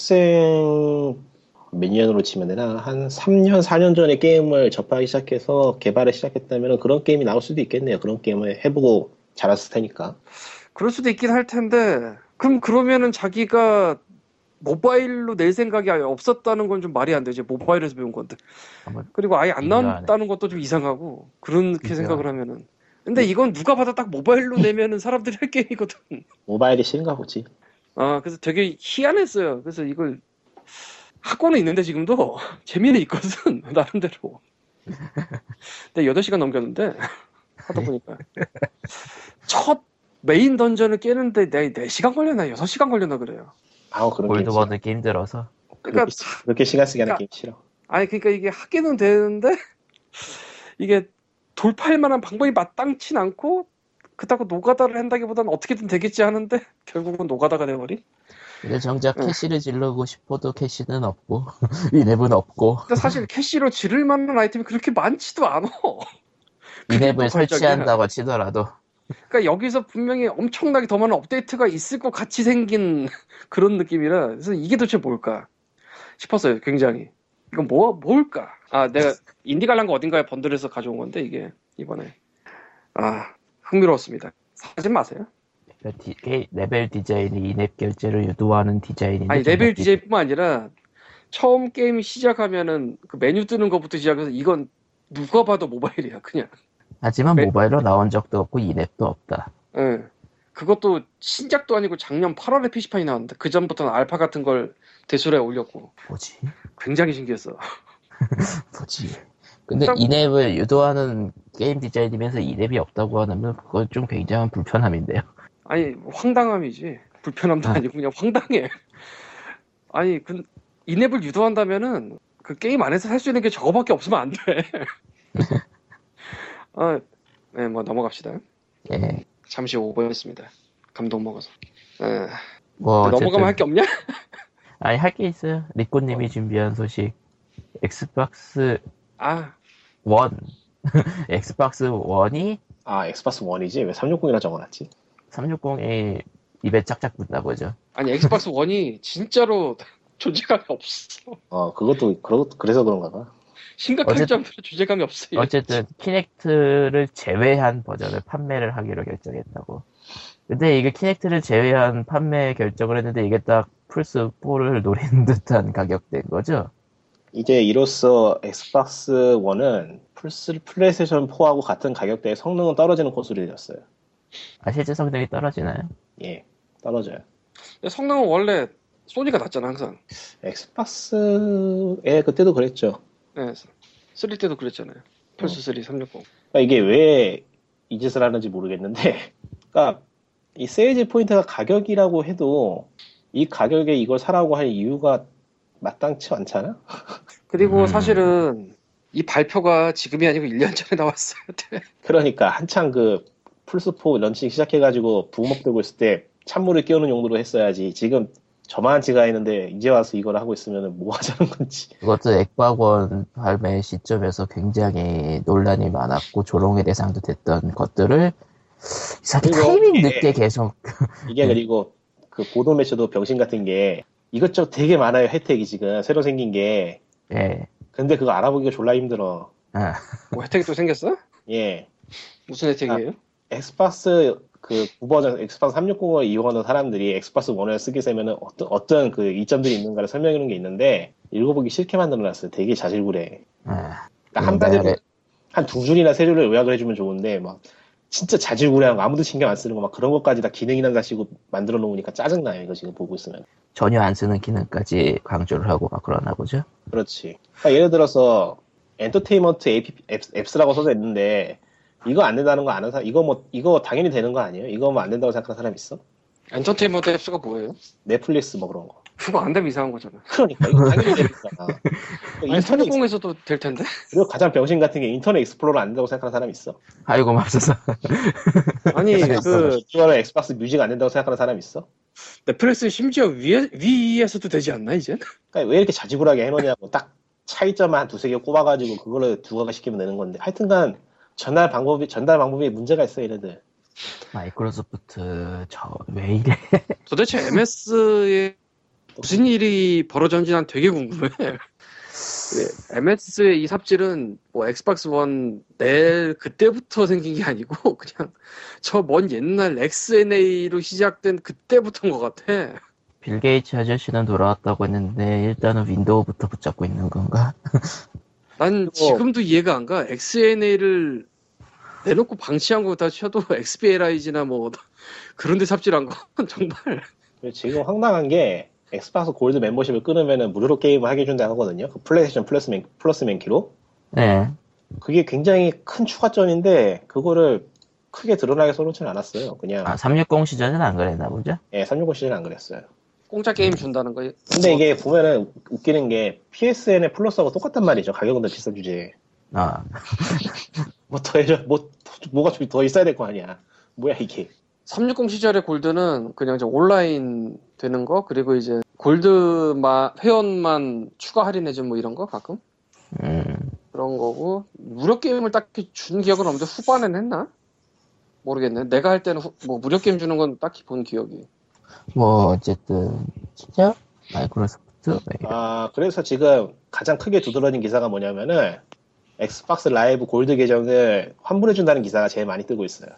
중학생 몇 년으로 치면 되나 한 3년 4년 전에 게임을 접하기 시작해서 개발을 시작했다면 그런 게임이 나올 수도 있겠네요. 그런 게임을 해보고 자랐을 테니까. 그럴 수도 있긴 할 텐데 그럼 그러면은 자기가 모바일로 낼 생각이 아예 없었다는 건 좀 말이 안 되지 모바일에서 배운 건데 아마 그리고 아예 안 비교하네. 나왔다는 것도 좀 이상하고 그렇게 비교하네. 생각을 하면은 근데 이건 누가 봐도 딱 모바일로 내면은 사람들이 할 게임이거든 모바일이 싫은가 보지. 아 그래서 되게 희한했어요 그래서 이걸 하고는 있는데 지금도 재미는 있거든 나름대로 근데 8시간 넘겼는데 하다 보니까 첫 메인 던전을 깨는데 내 4시간 걸렸나 6시간 걸렸나 그래요 아우 그런 게임 싫어. 골드워드기 힘들어서 그러니까 그렇게, 그렇게 시간 쓰기 하는 그러니까- 게임 싫어. 아니 그러니까 이게 하기는 되는데 이게 돌파할 만한 방법이 마땅치 않고 그렇다고 노가다를 한다기보다는 어떻게든 되겠지 하는데 결국은 노가다가 돼버린 근데 정작 응. 캐시를 질르고 싶어도 캐시는 없고 이랩은 없고 근데 사실 캐시로 지를 만한 아이템이 그렇게 많지도 않아 그게 이랩을 또 걸작이야. 설치한다고 치더라도 그러니까 여기서 분명히 엄청나게 더 많은 업데이트가 있을 것 같이 생긴 그런 느낌이라 그래서 이게 도대체 뭘까 싶었어요 굉장히 이건 뭐 뭘까 아 내가 인디갈란거 어딘가에 번들에서 가져온 건데 이게 이번에 아 흥미로웠습니다 사지 마세요 그러니까 디- 게- 레벨 디자인이 이랩 결제를 유도하는 디자인인데 아니 정말 레벨 디- 디자인뿐만 아니라 처음 게임 시작하면은 그 메뉴 뜨는 것부터 시작해서 이건 누가 봐도 모바일이야 그냥 하지만 레- 모바일로 나온 적도 없고 이랩도 없다 예. 그것도 신작도 아니고 작년 8월에 PC판이 나왔는데 그 전부터는 알파 같은 걸 대수로에 올렸고 뭐지? 굉장히 신기했어 뭐지? 근데 그러니까- 이랩을 유도하는 게임 디자인이면서 이랩이 없다고 하면 그건 좀 굉장한 불편함인데요 아니 황당함이지 불편함도 아. 아니고 그냥 황당해 아니 그 인앱을 유도한다면은 그 게임 안에서 할 수 있는 게 저거밖에 없으면 안돼 아, 네, 뭐 넘어갑시다 예. 잠시 오버했습니다. 감동 먹어서. 에, 뭐 넘어가면 할 게 없냐? 아니 할 게 있어요. 리코님이 준비한 소식. 엑스박스 아, 원. 엑스박스 원이 아 엑스박스 1이지 왜 360이라 적어놨지? 360에 입에 짝짝 붙나 보죠. 아니 엑스박스 원이 진짜로 존재감이 없어. 어 그것도 그러, 그래서 그런가 봐. 심각할 어쨌- 정도로 존재감이 없어. 이게. 어쨌든 키넥트를 제외한 버전을 판매를 하기로 결정했다고. 근데 이게 키넥트를 제외한 판매 결정을 했는데 이게 딱 플스 4를 노린 듯한 가격대인 거죠. 이제 이로써 엑스박스 1은 플스 플레이스테이션 4하고 같은 가격대에 성능은 떨어지는 코스로 되었어요. 아 실제 성능이 떨어지나요? 예, 떨어져요. 근데 성능은 원래 소니가 낮잖아 항상. 엑스박스에 그때도 그랬죠. 네, 3 때도 그랬잖아요. 플스 3, 360. 그러니까 이게 왜 이 짓을 하는지 모르겠는데, 그러니까 이 세일즈 포인트가 가격이라고 해도 이 가격에 이걸 사라고 할 이유가 마땅치 않잖아. 그리고 음. 사실은 이 발표가 지금이 아니고 1년 전에 네. 나왔어야 돼. 그러니까 한창 그 플스 4 런칭 시작해가지고 부먹되고 있을 때 찬물을 끼우는 용도로 했어야지. 지금 저만 지가 있는데 이제 와서 이걸 하고 있으면 뭐 하자는 건지. 그것도 액박원 발매 시점에서 굉장히 논란이 많았고 조롱의 대상도 됐던 것들을 이상하게 그리고 타이밍 이게- 늦게 계속 이게 그리고 그 보도 매체도 병신 같은 게 이것저것 되게 많아요 혜택이 지금 새로 생긴 게 예 근데 그거 알아보기가 졸라 힘들어 아, 뭐 혜택이 또 생겼어? 예 무슨 혜택이에요? 엑스박스 그 9버전 엑스박스 360을 이용하는 사람들이 엑스박스 1을 쓰게 되면은 어떤 어떤 그 이점들이 있는가를 설명해 놓은 게 있는데 읽어보기 싫게 만들어 놨어요 되게 자질구레 아, 그러니까 한 그런가요? 가지 한두 줄이나 세 줄을 요약을 해주면 좋은데 막 진짜 자질구레한 거 아무도 신경 안 쓰는 거 막 그런 것까지 다 기능이란 가시고 만들어 놓으니까 짜증나요 이거 지금 보고 있으면 전혀 안 쓰는 기능까지 강조를 하고 막 그러나 보죠 그렇지. 그러니까 예를 들어서 엔터테인먼트 AP, 앱스, 앱스라고 써져 있는데 이거 안 된다는 거 아는 사람 이거 뭐 이거 당연히 되는 거 아니에요? 이거 뭐 안 된다고 생각하는 사람 있어? 아, 엔터테인먼트 앱스가 뭐예요? 넷플릭스 뭐 그런 거. 그거 안 되면 이상한 거잖아. 그러니까 이거 당연히 되는 거잖아. 그러니까 아니 인터넷 익스- 360에서도 될 텐데. 그리고 가장 병신 같은 게 인터넷 익스플로러 안 된다고 생각하는 사람 있어? 아이고 맙소사 아니 그 그거는 엑스박스 뮤직 안 된다고 생각하는 사람 있어? 넷플릭스 심지어 위에, 위에서도 되지 않나 이제? 그러니까 왜 이렇게 자지구하게 해놓냐고 딱 차이점 한 두세 개 꼽아가지고 그거를 두 가가 시키면 되는 건데 하여튼간 전달 방법이 전달 방법이 문제가 있어 얘네들. 마이크로소프트 저 왜 이래? 도대체 MS에 무슨 일이 벌어졌는지 난 되게 궁금해. MS의 이 삽질은 뭐 엑스박스 원 내일 그때부터 생긴 게 아니고 그냥 저 먼 옛날 XNA로 시작된 그때부터인 것 같아. 빌 게이츠 아저씨는 돌아왔다고 했는데 일단은 윈도우부터 붙잡고 있는 건가? 난 그리고- 지금도 이해가 안 가. XNA를 내놓고 방치한 거다 쳐도 XBLIG나 뭐 그런 데 삽질한 건 정말 그리고 지금 황당한 게 엑스박스 골드 멤버십을 끊으면 무료로 게임을 하게 준다 하거든요. 그 플레이스테이션 플러스, 맨, 플러스 맨키로. 네. 그게 굉장히 큰 추가점인데 그거를 크게 드러나게 써놓지는 않았어요. 그냥 아, 360 시절은 안 그랬나 보죠? 예, 360 시절은 안 그랬어요. 공짜 게임 준다는 거. 근데 이게 보면은 웃기는 게 PSN의 플러스하고 똑같단 말이죠. 가격은 더 비싼 주제에. 아, 뭐더 해줘, 뭐, 뭐가 좀 더 있어야 될 거 아니야. 뭐야 이게. 360 시절의 골드는 그냥 이제 온라인 되는 거 그리고 이제 골드만 회원만 추가 할인해준 뭐 이런 거 가끔 음, 그런 거고 무료 게임을 딱히 준 기억은 없는데 후반엔 했나? 모르겠네. 내가 할 때는 후- 뭐 무료 게임 주는 건 딱히 본 기억이. 뭐 어쨌든 진짜 마이크로소프트 아, 그래서 지금 가장 크게 두드러진 기사가 뭐냐면은 엑스박스 라이브 골드 계정을 환불해준다는 기사가 제일 많이 뜨고 있어요.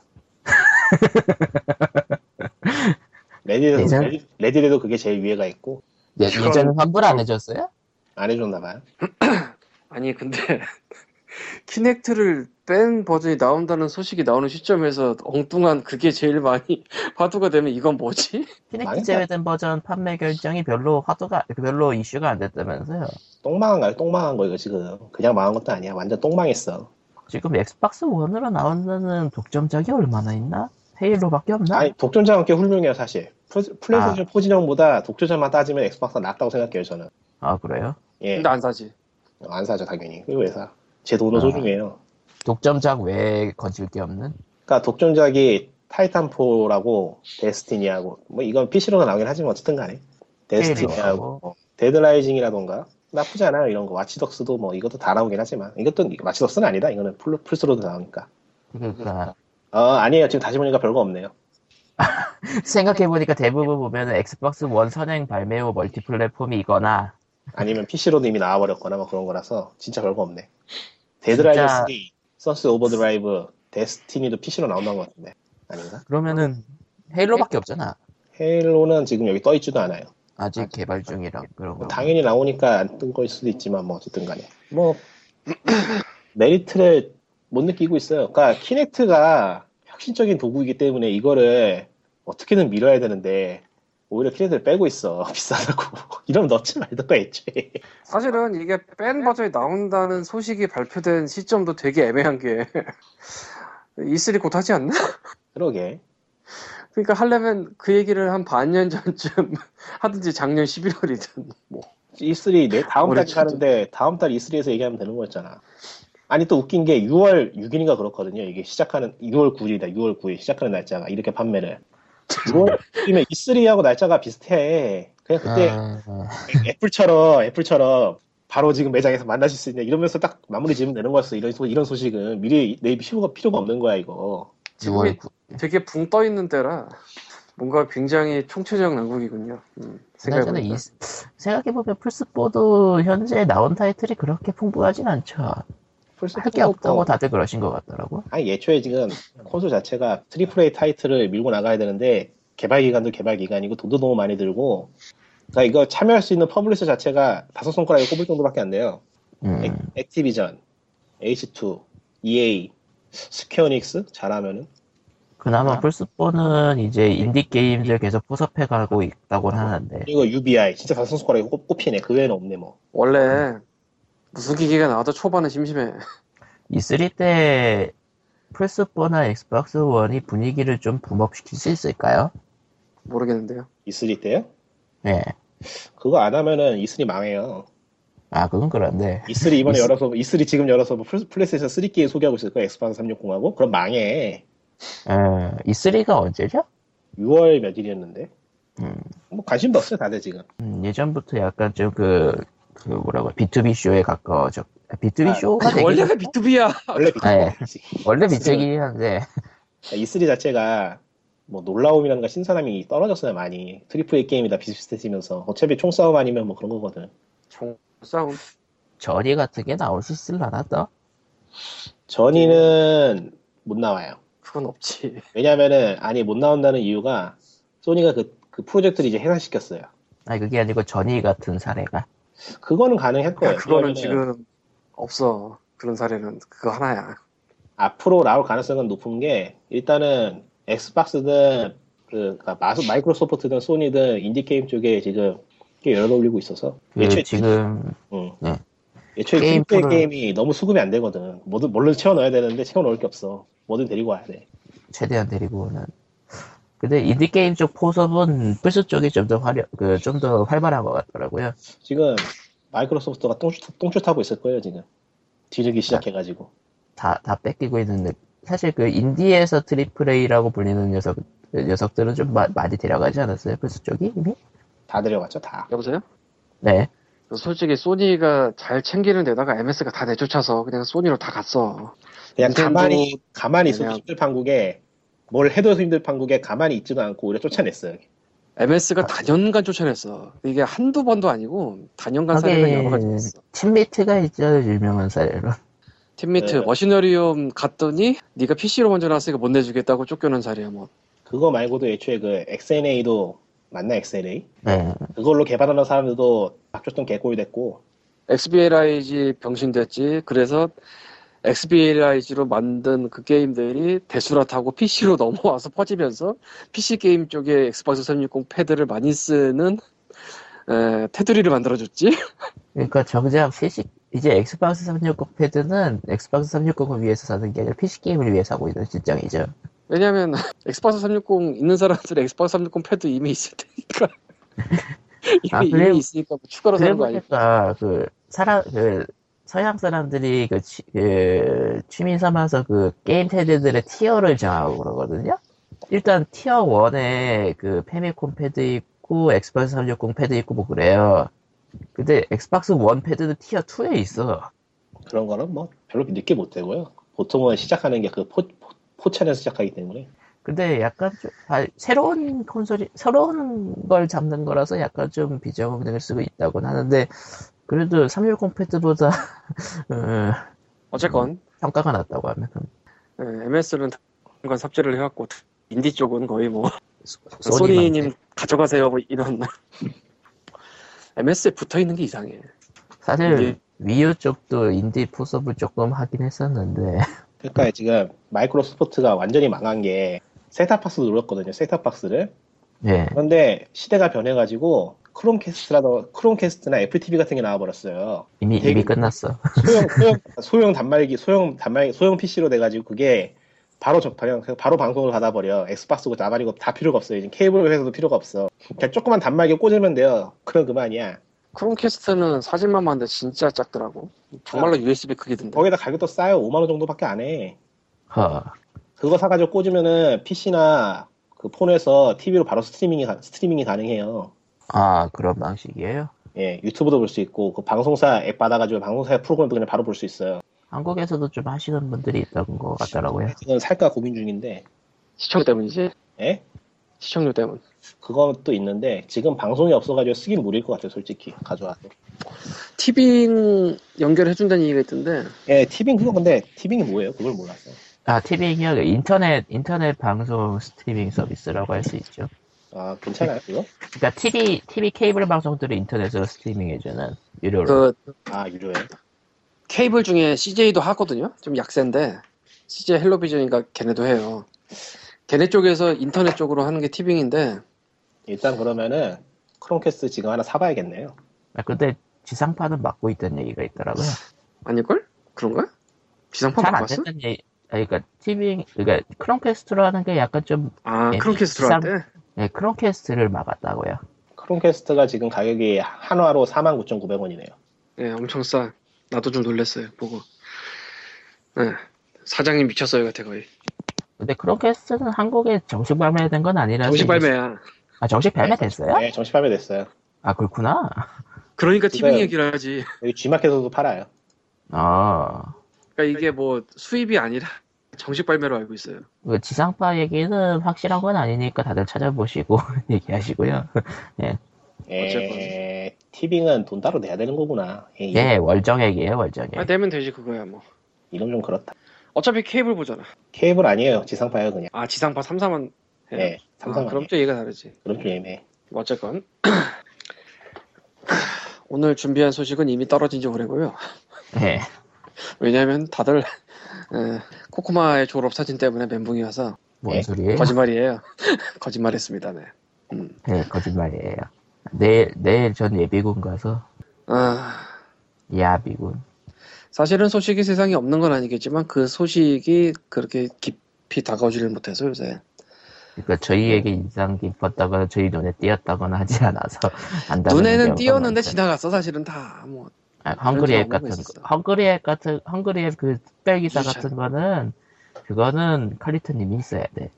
레딧에서, 예전- 레딧- 레딧에도 그게 제일 위에가 있고, 예, 예전에 환불 안 해줬어요? 안 해줬나봐요. 아니 근데 키넥트를 뺀 버전이 나온다는 소식이 나오는 시점에서 엉뚱한 그게 제일 많이 화두가 되면 이건 뭐지? 키넥트 망했다. 제외된 버전 판매 결정이 별로 화두가 별로 이슈가 안 됐다면서요? 똥망한 거야, 똥망한 거 이거 지금. 그냥 망한 것도 아니야. 완전 똥망했어. 지금 엑스박스 원으로 나온다는 독점작이 얼마나 있나? 헤일로밖에 없나? 아니, 독점자만 꽤 훌륭해요, 사실. 플- 플레이스테이션 포지션보다 독점자만 따지면 엑스박스가 낫다고 생각해요, 저는. 아 그래요? 예, 근데 안 사지. 안 사죠, 당연히. 그리고 왜 사? 제 돈은 아. 소중해요. 독점작 외에 건질 게 없는? 그러니까 독점작이 타이탄포라고 데스티니하고 뭐 이건 PC로는 나오긴 하지만 어쨌든 간에 데스티니하고 헤일로하고. 뭐 데드라이징이라던가 나쁘지 않아요 이런 거 와치덕스도 뭐 이것도 다 나오긴 하지만 이것도 와치덕스는 아니다 이거는 플, 플스로도 나오니까 그러니까 어 아니에요 지금 다시 보니까 별거 없네요 생각해 보니까 대부분 보면 엑스박스 원 선행 발매 후 멀티플랫폼이거나 아니면 PC로도 이미 나와버렸거나 뭐 그런 거라서 진짜 별거 없네 데드라이징 3 선스 오버드라이브 데스티니도 PC로 나온다는 것 같은데 아닌가? 그러면은 헤일로밖에 없잖아. 헤일로는 지금 여기 떠있지도 않아요 아직 개발 중이라 그런 거. 뭐 당연히 나오니까 안 뜬 거일 수도 있지만 뭐 어쨌든 간에 뭐 메리트를 못 느끼고 있어요. 그러니까 키넥트가 혁신적인 도구이기 때문에 이거를 어떻게든 밀어야 되는데 오히려 키넥트를 빼고 있어 비싸다고 이러면 넣지 말던가 애초에 사실은 이게 뺀 버전이 나온다는 소식이 발표된 시점도 되게 애매한 게 E3 곧 하지 않나? 그러게 그러니까 하려면 그 얘기를 한 반년 전쯤 하든지 작년 11월이든 뭐 E3 내 E 네? 다음 올해 달에 가는데 다음 달 E E3에서 얘기하면 되는 거였잖아. 아니 또 웃긴 게 6월 6일인가 그렇거든요. 이게 시작하는 6월 9일이다. 6월 9일 시작하는 날짜가 이렇게 판매를 6월이면 E E3하고 날짜가 비슷해. 그냥 그때 아, 아. 애플처럼 애플처럼 바로 지금 매장에서 만나실 수 있냐 이러면서 딱 마무리 지으면 되는 거였어 이런 소- 이런 소식은 미리 내 필요가 필요가 없는 거야 이거 지금이 되게 붕 떠 있는 때라 뭔가 굉장히 총체적 난국이군요. 음, 그나저나 생각해보니까. 생각해보면 플스4도 현재 나온 타이틀이 그렇게 풍부하진 않죠. 플스 할 게 없다고 다들 그러신 것 같더라고. 아니 애초에 지금 콘솔 자체가 트리플 A 타이틀을 밀고 나가야 되는데 개발 기간도 개발 기간이고 돈도 너무 많이 들고 그러니까 이거 참여할 수 있는 퍼블리셔 자체가 다섯 손가락에 꼽을 정도밖에 안 돼요 액- 음, 액티비전, H2, EA, 스퀘어닉스 잘하면은 그나마 플스4는 이제 인디 게임들 계속 포섭해가고 있다고 하는데 이거 UBI 진짜 다섯 손가락에 꼽- 꼽히네 그 외에는 없네 뭐 원래 무슨 기기가 나와도 초반은 심심해. E3 때 플스4나 엑스박스 원이 분위기를 좀 붐업시킬 수 있을까요? 모르겠는데요. E3 때요? 네. 그거 안 하면은 E3 망해요. 아 그건 그런데 E3 이번에 E3 열어서 E3 지금 열어서 뭐 플- 플레이스테이션 3 게임 소개하고 있을 거야. 엑스박스 360하고 그럼 망해. 어, E3가 언제죠? 6월 몇일이었는데 음, 뭐 관심도 없어요 다들 지금. 음, 예전부터 약간 좀 그 그 뭐라고 B2B 쇼에 가까워졌 B2B 아, 쇼가 되긴 원래가 B2B야. 원래 아, 예. 비트코인이지. 원래 비트이긴 한데 E3 자체가 뭐 놀라움이라든가 신선함이 떨어졌어요 많이 트리플 A 게임이 다 비슷비슷해지면서 어차피 총싸움 아니면 뭐 그런 거거든 종 싸움 전이 같은 게 나올 수 있을라나 또? 전이는 못 나와요 그건 없지. 왜냐면은 아니 못 나온다는 이유가 소니가 그, 그 프로젝트를 이제 해산시켰어요 아니 그게 아니고 전이 같은 사례가 그거는 가능할 거예요 그러니까 그거는 왜냐면은 지금 없어. 그런 사례는 그거 하나야. 앞으로 나올 가능성은 높은 게 일단은 엑스박스든 그, 그러니까 마스- 마이크로소프트든 소니든 인디게임 쪽에 지금 꽤 열어올리고 있어서 그 예초에- 지금 응. 네. 예초에 게임 게임 플레이 프로- 게임이 너무 수급이 안 되거든. 뭐든 뭘로 채워 넣어야 되는데 채워 넣을 게 없어. 뭐든 데리고 와야 돼. 최대한 데리고 오는 근데 인디게임 쪽 포섭은 플스 쪽이 좀 더 화려 그좀 더 활발한 것 같더라고요 지금 마이크로소프트가 똥슛 똥슛 하고 있을 거예요 지금. 네. 뒤르기 시작해가지고. 다, 다 뺏기고 있는데 사실 그 인디에서 트리플 A라고 불리는 녀석, 그 녀석들은 좀 마- 많이 데려가지 않았어요? 플스 쪽이 이미? 다 데려갔죠 다. 여보세요? 네. 솔직히 소니가 잘 챙기는 데다가 MS가 다 내쫓아서 그냥 소니로 다 갔어. 그냥 닌텐도- 가만히 가만히 있어도 그냥- 힘들 판국에 뭘 해도 힘들 판국에 가만히 있지도 않고 오히려 쫓아냈어요. MS가 단연간 쫓아냈어. 이게 한두 번도 아니고 단연간 사례가 여러 가지 하긴 있어. 팀미트가 있죠 유명한 사례로. 팀미트 네. 머시너리움 갔더니 네가 PC로 먼저 나왔으니까 못 내주겠다고 쫓겨난 사례야 뭐. 그거 말고도 애초에 그 XNA도 맞나 XNA? 네. 그걸로 개발하는 사람들도 앞쪽좀 개꼴 됐고 XBLIG 병신됐지. 그래서 XBLIG로 만든 그 게임들이 대수라타고 PC로 넘어와서 퍼지면서 PC 게임 쪽에 엑스박스 360 패드를 많이 쓰는 에, 테두리를 만들어줬지. 그러니까 정작 PC 이제 엑스박스 360 패드는 엑스박스 360을 위해서 사는 게 아니라 PC 게임을 위해서 하고 있는 실정이죠. 왜냐면 엑스박스 360 있는 사람들은 엑스박스 360 패드 이미 있을 테니까. 이미, 아, 그래요? 이미 있으니까 뭐 추가로 사는 거 아니야? 그러니까 그 사람 그 서양 사람들이 그, 취, 그 취미 삼아서 그 게임 패드들의 티어를 정하고 그러거든요. 일단 티어 1에 그 페미콘 패드 있고 엑스박스 360 패드 있고 뭐 그래요. 근데 엑스박스 1 패드는 티어 2에 있어. 그런 거는 뭐 별로 늦게 못 되고요. 보통은 시작하는 게 그 포찬에서 시작하기 때문에 근데 약간 좀 아, 새로운 콘솔이 새로운 걸 잡는 거라서 약간 좀 비정을 쓰고 있다고는 하는데 그래도 360 패드보다 어, 어쨌건 평가가 낮다고 하면 MS는 단간 네, 삽질을 해왔고 인디 쪽은 거의 뭐 소- 소니님 가져가세요 뭐 이런 MS에 붙어 있는 게 이상해. 사실 이게- 위유 쪽도 인디 포섭을 조금 하긴 했었는데 그러니까 지금 마이크로소프트가 완전히 망한 게 세타박스 눌렀거든요. 세타박스를. 예 그런데 시대가 변해가지고 크롬캐스트라도 크롬캐스트나 애플 TV 같은 게 나와버렸어요. 이미 되게- 이미 끝났어 소형 소형 소형 단말기 소형 단말기 소형 PC로 돼가지고 그게 바로 접하면 그냥 바로 방송을 받아버려. 엑스박스고 나발이고 다 필요가 없어요. 이제 케이블 회사도 필요가 없어. 그냥 조그만 단말기 꽂으면 돼요. 그럼 그만이야. 크롬캐스트는 사진만 봤는데 진짜 작더라고. 정말로 USB 크기던데. 거기다 가격도 싸요. 5만 원 정도밖에 안 해. 허 그거 사가지고 꽂으면은 PC나 그 폰에서 TV로 바로 스트리밍이 가- 스트리밍이 가능해요. 아 그런 방식이에요 예, 유튜브도 볼 수 있고 그 방송사 앱 받아가지고 방송사 프로그램도 그냥 바로 볼 수 있어요. 한국에서도 좀 하시는 분들이 있던 것 같더라고요 지금 살까 고민 중인데, 시청률 때문이지. 예, 시청률 때문. 그것도 있는데 지금 방송이 없어가지고 쓰긴 무리일 것 같아요, 솔직히 가져와서. 티빙 연결해 준다는 얘기가 있던데. 예, 티빙 그거 근데 티빙이 뭐예요? 그걸 몰랐어. 요 아 TV이요 인터넷 인터넷 방송 스트리밍 서비스라고 할 수 있죠 아, 괜찮아요 그거? 그러니까 TV TV 케이블 방송들을 인터넷으로 스트리밍해주는 유료로 그 아, 유료에. 케이블 중에 CJ도 하거든요. 좀 약센데 CJ 헬로비전인가 걔네도 해요. 걔네 쪽에서 인터넷 쪽으로 하는 게 티빙인데 일단 그러면은 크롬캐스트 지금 하나 사봐야겠네요. 아, 근데 지상파는 막고 있던 얘기가 있더라고요 아닐걸? 그런가? 지상파 잘 못 안 봤어? 됐던 얘기 아, 그러니까 TV 그러니까 크롬캐스트로 하는 게 약간 좀 아 네, 크롬캐스트로 할 지상- 때? 예, 크롬캐스트를 막았다고요 크롬캐스트가 지금 가격이 한화로 49,900원이네요. 예, 엄청 싸. 나도 좀 놀랐어요, 보고. 예, 사장님 미쳤어요, 같아, 거의. 네, 근데 크롬캐스트는 한국에 정식 발매된 건 아니라서 정식 이제- 발매야. 아 정식 발매됐어요? 네, 정식 발매됐어요. 아 그렇구나 그러니까 티빙 그러니까요. 얘기를 하지. 여기 G마켓에서도 팔아요. 아 그러니까 이게 뭐 수입이 아니라 정식 발매로 알고 있어요. 그 지상파 얘기는 확실한 건 아니니까 다들 찾아보시고 얘기하시고요. 에, 예, 티빙은 돈 따로 내야 되는 거구나. 에, 이- 예, 월정액이에요, 월정액. 아, 내면 되지 그거야 뭐. 이건 좀 그렇다. 어차피 케이블 보잖아. 케이블 아니에요. 지상파예요 그냥. 아 지상파 3사만 해. 예. 삼성 아, 그럼 그럼 또 얘가 다르지. 그럼 좀 애매해. 어쨌건 오늘 준비한 소식은 이미 떨어진 지 오래고요. 네. 예. 왜냐하면 다들 에, 코코마의 졸업 사진 때문에 멘붕이 와서 뭔 예, 소리예요? 거짓말이에요. 거짓말했습니다. 네. 음. 예, 거짓말이에요. 내일, 내일 전 예비군 가서, 아, 야비군. 사실은 소식이 세상에 없는 건 아니겠지만 그 소식이 그렇게 깊이 다가오지를 못해서 요새 그러니까 저희에게 인상 깊었다거나 저희 눈에 띄었다거나 하지 않아서 안다는 눈에는 경우가 띄었는데 많죠. 지나갔어 사실은 다뭐 아, 헝그리앱 그런 경우가 같은 있었어. 거. 헝그리앱 같은 헝그리앱 그 특별 기사 유치한. 같은 거는 그거는 칼리트님이 있어야 돼.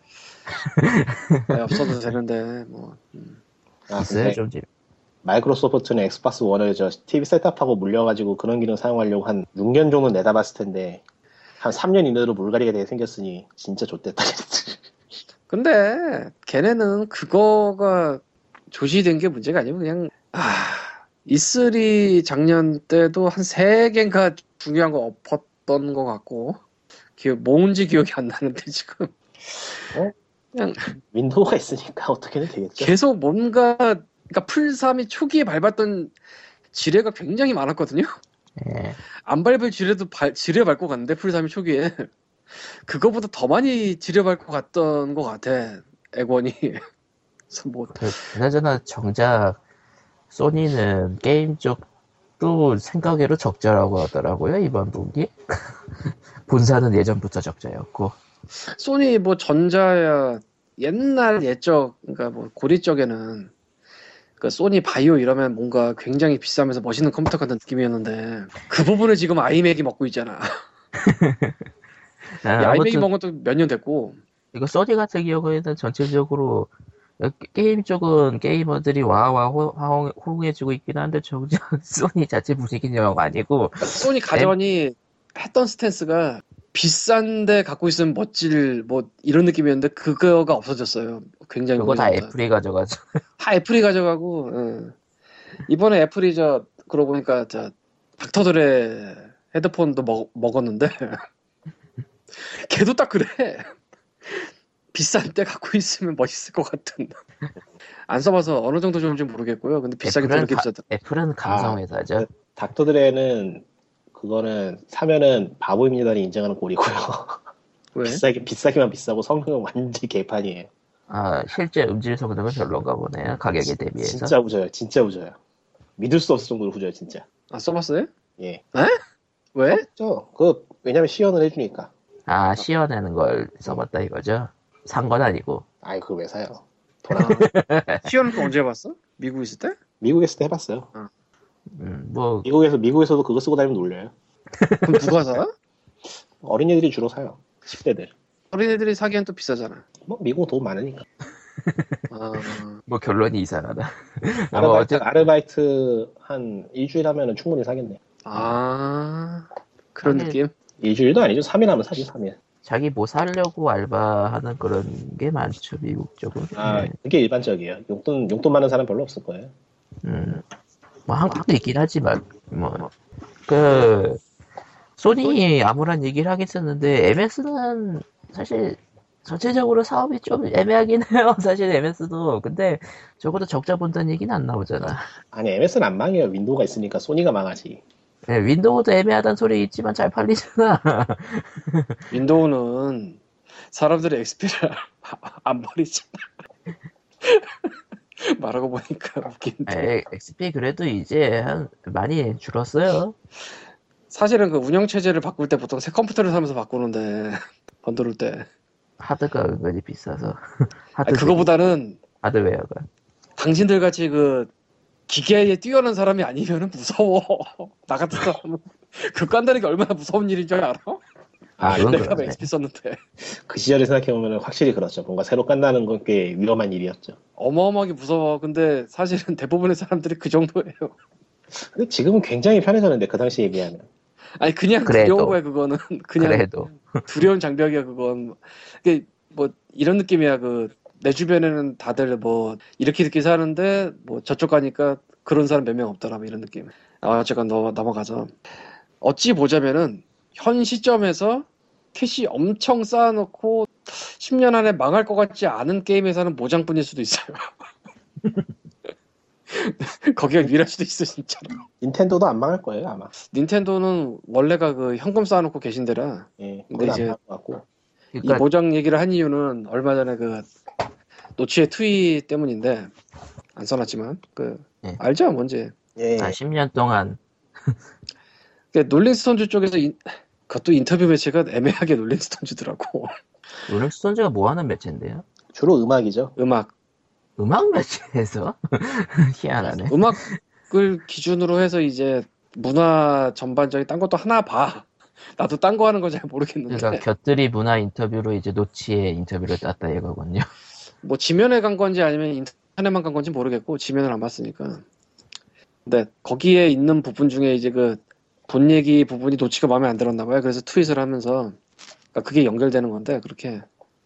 없어도 되는데 뭐 음. 아, 있어요 근데 좀 지. 마이크로소프트는 엑스박스 원을 저 TV 셋업하고 물려가지고 그런 기능 사용하려고 한 6년 정도 내다봤을 텐데 한 3년 이내로 물갈이가 되게 생겼으니 진짜 좋댔다. 근데 걔네는 그거가 조시된 게 문제가 아니고 그냥 아 E3 작년 때도 한 세 개인가 중요한 거 엎었던 것 같고 기억 뭔지 기억이 안 나는데 지금 윈도우가 있으니까 어떻게든 되겠죠. 계속 뭔가 그러니까 풀삼이 초기에 밟았던 지뢰가 굉장히 많았거든요. 예. 안 밟을 지뢰도 발, 지뢰 밟고 갔는데 풀삼이 초기에 그거보다 더 많이 지뢰 밟고 갔던 것 같아 액원이. 그래서 뭐 그, 그나저나 정작 소니는 게임 쪽도 생각외로 적자라고 하더라고요 이번 분기. 본사는 예전부터 적자였고. 소니 뭐 전자야 옛날 예적 그러니까 뭐 고리 쪽에는 그 소니 바이오 이러면 뭔가 굉장히 비싸면서 멋있는 컴퓨터 같은 느낌이었는데 그 부분을 지금 아이맥이 먹고 있잖아. 아, 아이맥이 아무튼 먹은 것도 몇 년 됐고 이거 소니 같은 경우에는 전체적으로 게임 쪽은 게이머들이 와와 호- 화홍- 호응해주고 있긴 한데 정작 소니 자체 분위기는 영 아니고 소니 가전이 했던 스탠스가 비싼데 갖고 있으면 멋질 뭐 이런 느낌이었는데 그거가 없어졌어요. 굉장히 그거 다 그러니까. 오래전부터. 애플이 가져가죠. 다 애플이 가져가고 예. 이번에 애플이 저 그러고 보니까 저 닥터들의 헤드폰도 먹, 먹었는데 걔도 딱 그래 비싼 때 갖고 있으면 멋있을 것 같은 안 써봐서 어느 정도 좋은지 모르겠고요 근데 비싸게 애플은 되게 가- 비싸다 애플은 감성회사죠. 아, 닥터드레는 그거는 사면은 바보입니다를 인정하는 꼴이고요. 왜? 비싸게 비싸기만 비싸고 성능은 완전 개판이에요. 아, 실제 음질 성능은 별론가 보네요. 가격에 대비해서. 진짜 후져요. 진짜 후져요. 믿을 수 없을 정도로 후져요, 진짜. 안 써봤어요? 예. 네? 왜? 저, 그, 왜냐면 시연을 해주니까. 아, 시연하는 걸 써봤다 이거죠? 산 건 아니고. 아이, 그걸 왜 사요? 시연을 또 언제 해봤어? 미국 있을 때? 미국에서 때 해봤어요. 음, 뭐, 미국에서, 미국에서도 그거 쓰고 다니면 놀려요. 그럼 누가 사? 어린이들이 주로 사요. 10대들. 어린애들이 사기엔 또 비싸잖아 뭐, 미국은 돈 많으니까. 아, 뭐 결론이 이상하다. 뭐 아르바이트, 어쨌- 아르바이트 한 일주일 하면은 충분히 사겠네. 아 그런 아니, 느낌? 일주일도 아니죠. 3일 하면 사지, 3일. 자기 뭐 사려고 알바하는 그런 게 많죠, 미국 쪽은. 아, 네. 그게 일반적이에요. 용돈, 용돈 많은 사람 별로 없을 거예요. 음. 뭐 한국도 있긴 하지만, 뭐. 그, 소니 아무런 얘기를 하긴 했었는데, MS는 사실 전체적으로 사업이 좀 애매하긴 해요. 사실 MS도. 근데 적어도 적자 본다는 얘기는 안 나오잖아. 아니, MS는 안 망해요. 윈도우가 있으니까 소니가 망하지. 예, 윈도우도 애매하다는 소리 있지만 잘 팔리잖아. 윈도우는 사람들이 XP를 안 버리잖아. 말하고 보니까 웃긴데. 에, XP 예, 그래도 이제 한 많이 줄었어요. 사실은 그 운영체제를 바꿀 때 보통 새 컴퓨터를 사면서 바꾸는데, 번들을 때. 하드가 은근히 비싸서. 하드 아니, 그거보다는 하드웨어가. 당신들 같이 그 기계에 뛰어난 사람이 아니면 무서워. 나 같은 사람은 극간다는 게 얼마나 무서운 일인 줄 알아? 아, 그건 내가 그러네. XP 썼는데. 그 시절에 생각해보면 확실히 그렇죠. 뭔가 새로 깐다는 건 꽤 위험한 일이었죠. 어마어마하게 무서워. 근데 사실은 대부분의 사람들이 그 정도예요. 근데 지금은 굉장히 편해졌는데, 그 당시에 비하면. 아니 그냥 그래도. 두려운 거야 그거는 그냥 그래도 두려운 장벽이야 그건 이게 뭐 이런 느낌이야 그 내 주변에는 다들 뭐 이렇게 이렇게 사는데 뭐 저쪽 가니까 그런 사람 몇 명 없더라 뭐 이런 느낌 아 잠깐 넘어, 넘어가죠 어찌 보자면은 현 시점에서 캐시 엄청 쌓아놓고 10년 안에 망할 것 같지 않은 게임에서는 모장뿐일 수도 있어요 거기가 유일할 수도 있어 진짜 닌텐도도 안 망할 거예요 아마. 닌텐도는 원래가 그 현금 쌓아놓고 계신 데라 예, 근데 그건 안 이제- 망할 것 같고. 그러니까 이 뭐- 모장 얘기를 한 이유는 얼마 전에 그 노치의 투이 때문인데 안 써놨지만 그 예. 알죠 뭔지 예, 아, 10년 동안 그 놀린스톤즈 쪽에서 인- 그것도 인터뷰 매체가 애매하게 놀린스톤즈더라고 롤링스톤즈가 뭐하는 매체인데요? 주로 음악이죠. 음악 음악 매체에서 희한하네. 음악을 기준으로 해서 이제 문화 전반적인 딴 것도 하나 봐 나도 딴 거 하는 건 잘 모르겠는데 그러니까 곁들이 문화 인터뷰로 이제 노치의 인터뷰를 땄다 이거군요. 뭐 지면에 간 건지 아니면 인터넷만 간 건지 모르겠고 지면을 안 봤으니까. 근데 거기에 있는 부분 중에 이제 그 돈 얘기 부분이 노치가 마음에 안 들었나 봐요. 그래서 트윗을 하면서 그게 연결되는 건데 그렇게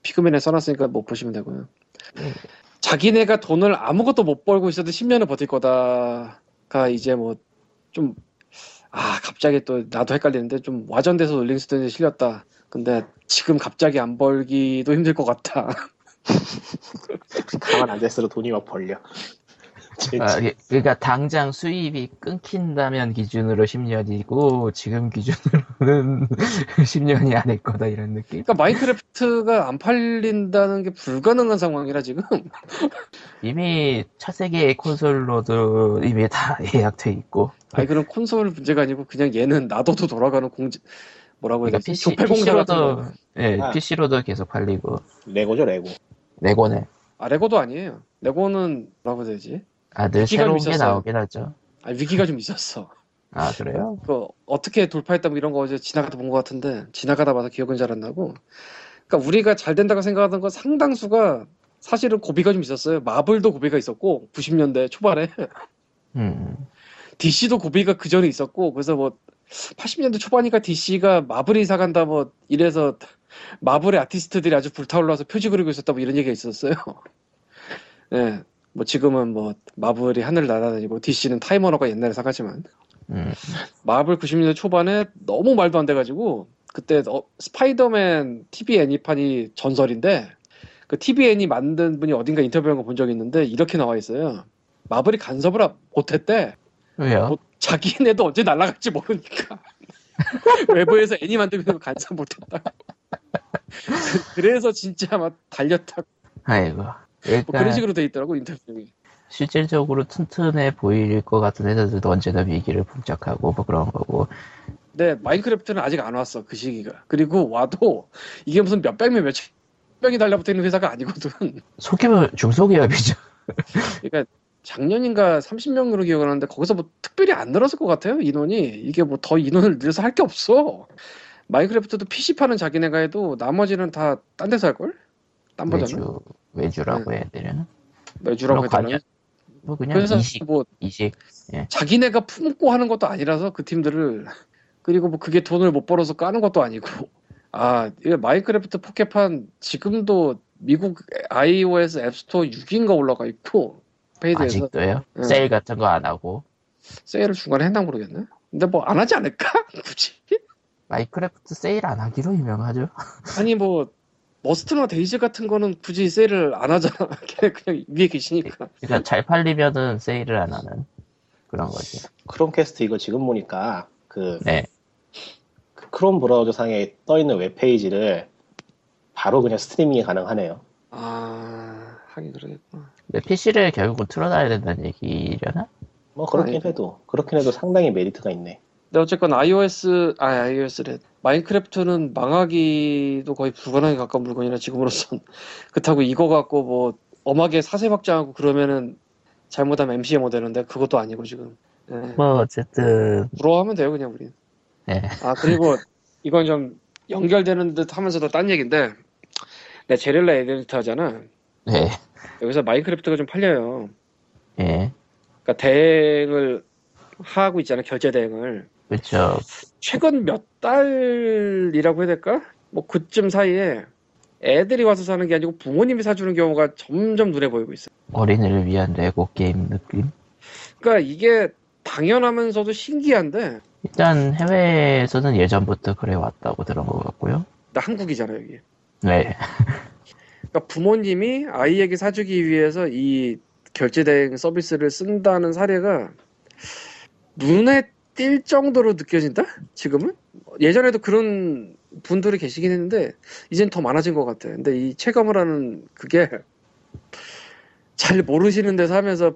피그맨에 써놨으니까 뭐 보시면 되고요. 자기네가 돈을 아무것도 못 벌고 있어도 10년을 버틸 거다가 이제 뭐 좀 아 갑자기 또 나도 헷갈리는데 좀 와전돼서 롤링스톤에 실렸다. 근데 지금 갑자기 안 벌기도 힘들 것 같다. 가만 앉아있어도 돈이 막 벌려. 진짜. 아, 예. 그러니까 당장 수입이 끊긴다면 기준으로 10년이고 지금 기준으로는 10년이 아닐 거다 이런 느낌. 그러니까 마인크래프트가 안 팔린다는 게 불가능한 상황이라 지금 이미 차세계의 콘솔로도 이미 다 예약돼 있고. 아니 그런 콘솔 문제가 아니고 그냥 얘는 놔둬도 돌아가는 공지 뭐라고 해야 그러니까 되지 PC, 조폐 공사 같은 PC로도 거. 예, 아. PC로도 계속 팔리고 레고죠 레고. 레고네. 아 레고도 아니에요 레고는 뭐라고 해야 되지 아 늘 기가 새로운 게 있었어요. 나오긴 하죠. 아 위기가 좀 있었어 아 그래요? 그 어떻게 돌파했다 뭐 이런 거 어제 지나가다 본 것 같은데 지나가다 봐서 기억은 잘 안 나고 그러니까 우리가 잘 된다고 생각하던 건 상당수가 사실은 고비가 좀 있었어요 마블도 고비가 있었고 90년대 초반에 음. DC도 고비가 그 전에 있었고 그래서 뭐 80년대 초반이니까 DC가 마블이 사간다 뭐 이래서 마블의 아티스트들이 아주 불타올라서 표지 그리고 있었다 뭐 이런 얘기가 있었어요. 예. 뭐 지금은 뭐 마블이 하늘을 날아다니고 DC는 타이머너가 옛날에 사가지만 음. 마블 90년대 초반에 너무 말도 안 돼가지고 그때 어, 스파이더맨 TV 애니판이 전설인데 그 TV 애니 만든 분이 어딘가 인터뷰한 거 본 적이 있는데 이렇게 나와 있어요. 마블이 간섭을 하- 못했대. 왜요? 뭐, 자기네도 언제 날아갈지 모르니까 외부에서 애니 만들면서 간섭 못했다. 그래서 진짜 막 달렸다. 아이고. 뭐 일단 그런 식으로 돼 있더라고 인터뷰. 실질적으로 튼튼해 보일 것 같은 회사들도 언제나 위기를 봉착하고 뭐 그런 거고. 근데 마인크래프트는 아직 안 왔어 그 시기가. 그리고 와도 이게 무슨 몇백 명 몇천 명이 달라붙어 있는 회사가 아니거든. 소기업 중소기업이죠. 그러니까 작년인가 30명으로 기억하는데 거기서 뭐 특별히 안 늘었을 것 같아요 인원이. 이게 뭐 더 인원을 늘려서 할 게 없어. 마인크래프트도 PC 파는 자기네가 해도 나머지는 다 딴 데서 할 걸? 딴 버전은? 외주 외주라고 해야 되나? 매주라고 그런 거 해달라. 뭐 그냥 네. 그래서 이식 뭐 이식. 자기네가 품고 하는 것도 아니라서 그 팀들을 그리고 뭐 그게 돈을 못 벌어서 까는 것도 아니고 아 이게 마인크래프트 포켓판 지금도 미국 iOS 앱스토어 6인가 올라가 있고 페이드에서 네. 아직도요? 응. 세일 같은 거 안 하고 세일을 중간에 했나 모르겠네. 근데 뭐 안 하지 않을까 굳이 마이크래프트 세일 안 하기로 유명하죠. 아니 뭐 머스트나 데이즈 같은 거는 굳이 세일을 안 하잖아. 걔네 그냥 위에 계시니까. 그러니까 잘 팔리면은 세일을 안 하는 그런 거지. 크롬캐스트 이거 지금 보니까 그 네. 그 크롬 브라우저 상에 떠 있는 웹 페이지를 바로 그냥 스트리밍이 가능하네요. 아 하긴 그러겠구나. 근데 PC를 결국은 틀어놔야 된다는 얘기려나? 뭐 그렇긴 아이고. 해도 그렇긴 해도 상당히 메리트가 있네. 근데 어쨌건 iOS 아 iOS래 마인크래프트는 망하기도 거의 불가능에 가까운 물건이라 지금으로선 그렇다고 이거 갖고 뭐 엄하게 사세 확장하고 그러면은 잘못하면 MCM 되는데 그것도 아니고 지금 예. 뭐 어쨌든 부러워하면 돼요 그냥 우리. 네. 아 그리고 이건 좀 연결되는 듯 하면서도 딴 얘기인데 내 제렐라 에덴트 하잖아 네. 여기서 마인크래프트가 좀 팔려요. 예. 그러니까 대행을 하고 있잖아 결제 대행을 그렇죠. 최근 몇 달이라고 해야 될까? 뭐 그쯤 사이에 애들이 와서 사는 게 아니고 부모님이 사주는 경우가 점점 눈에 보이고 있어요. 어린이를 위한 레고 게임 느낌. 그러니까 이게 당연하면서도 신기한데 일단 해외에서는 예전부터 그래 왔다고 들은 것 같고요. 나 한국이잖아요 여기. 네. 그러니까 부모님이 아이에게 사주기 위해서 이 결제 대행 서비스를 쓴다는 사례가 눈에 띌 정도로 느껴진다? 지금은? 예전에도 그런 분들이 계시긴 했는데 이젠 더 많아진 것 같아. 근데 이 체감을 하는 그게 잘 모르시는 데서 하면서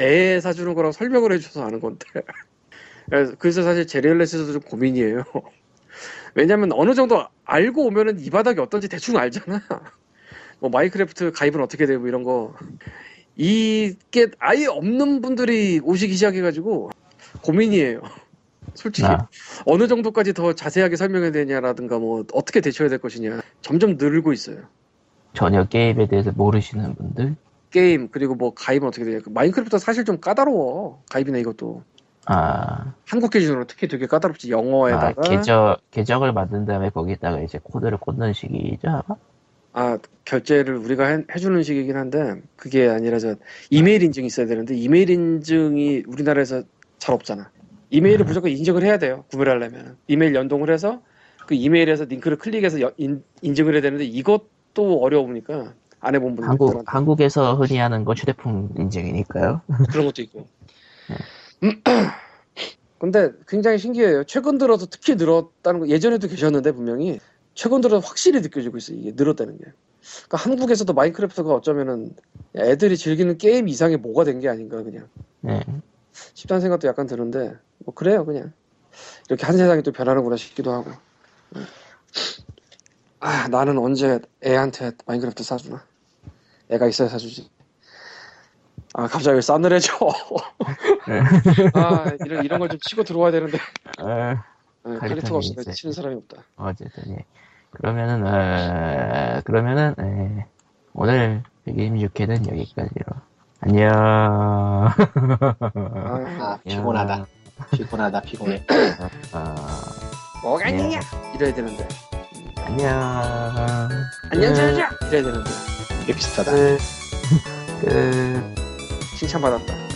애 사주는 거랑 설명을 해줘서 아는 건데 그래서- 그래서 사실 제리얼레스도 좀 고민이에요. 왜냐면 어느 정도 알고 오면은 이 바닥이 어떤지 대충 알잖아. 뭐 마인크래프트 가입은 어떻게 되고 이런 거 이게 아예 없는 분들이 오시기 시작해가지고 고민이에요. 솔직히 아, 어느 정도까지 더 자세하게 설명해야 되냐라든가 뭐 어떻게 대처해야 될 것이냐 점점 늘고 있어요. 전혀 게임에 대해서 모르시는 분들. 게임 그리고 뭐 가입은 어떻게 되냐. 마인크래프트 사실 좀 까다로워 가입이나 이것도 아, 한국 기준으로 특히 되게 까다롭지 아 영어에다가 계정 계정을 만든 다음에 거기다가 이제 코드를 꽂는 식이죠. 아마? 아, 결제를 우리가 해, 주는 식이긴 한데 그게 아니라 저 이메일 인증이 있어야 되는데 이메일 인증이 우리나라에서 잘 없잖아. 음. 이메일을 무조건 인증을 해야 돼요. 구매를 하려면 이메일 연동을 해서 그 이메일에서 링크를 클릭해서 여- 인, 인증을 해야 되는데 이것도 어려우니까 안 해본 분들 한국 한국에서 흔히 하는 건 휴대폰 인증이니까요. 그런 것도 있고. 음. 근데 굉장히 신기해요. 최근 들어서 특히 늘었다는 거 예전에도 계셨는데 분명히 최근 들어서 확실히 느껴지고 있어 요 이게 늘었다는 게. 그러니까 한국에서도 마인크래프트가 어쩌면은 애들이 즐기는 게임 이상의 뭐가 된 게 아닌가 그냥 네. 싶다는 생각도 약간 드는데 뭐 그래요 그냥 이렇게 한 세상이 또 변하는구나 싶기도 하고. 음. 아 나는 언제 애한테 마인크래프트 사주나? 애가 있어야 사주지. 아 갑자기 왜 싸늘해져? 네. 아 이런 이런 걸 좀 치고 들어와야 되는데. 네, 칼리토는 칼리토가 없으면 이제- 치는 사람이 없다. 어쨌든 예. 그러면은 어, 그러면은 예. 오늘 게임 육회는 여기까지로 안녕. 아 피곤하다 피곤하다 피곤해 아, 뭐가 예. 있냐? 이래야 되는데. 네. 안녕. 안녕 잘자. 이래야 되는데. 이게 비슷하다 呃 끝. 끝. 칭찬받았다.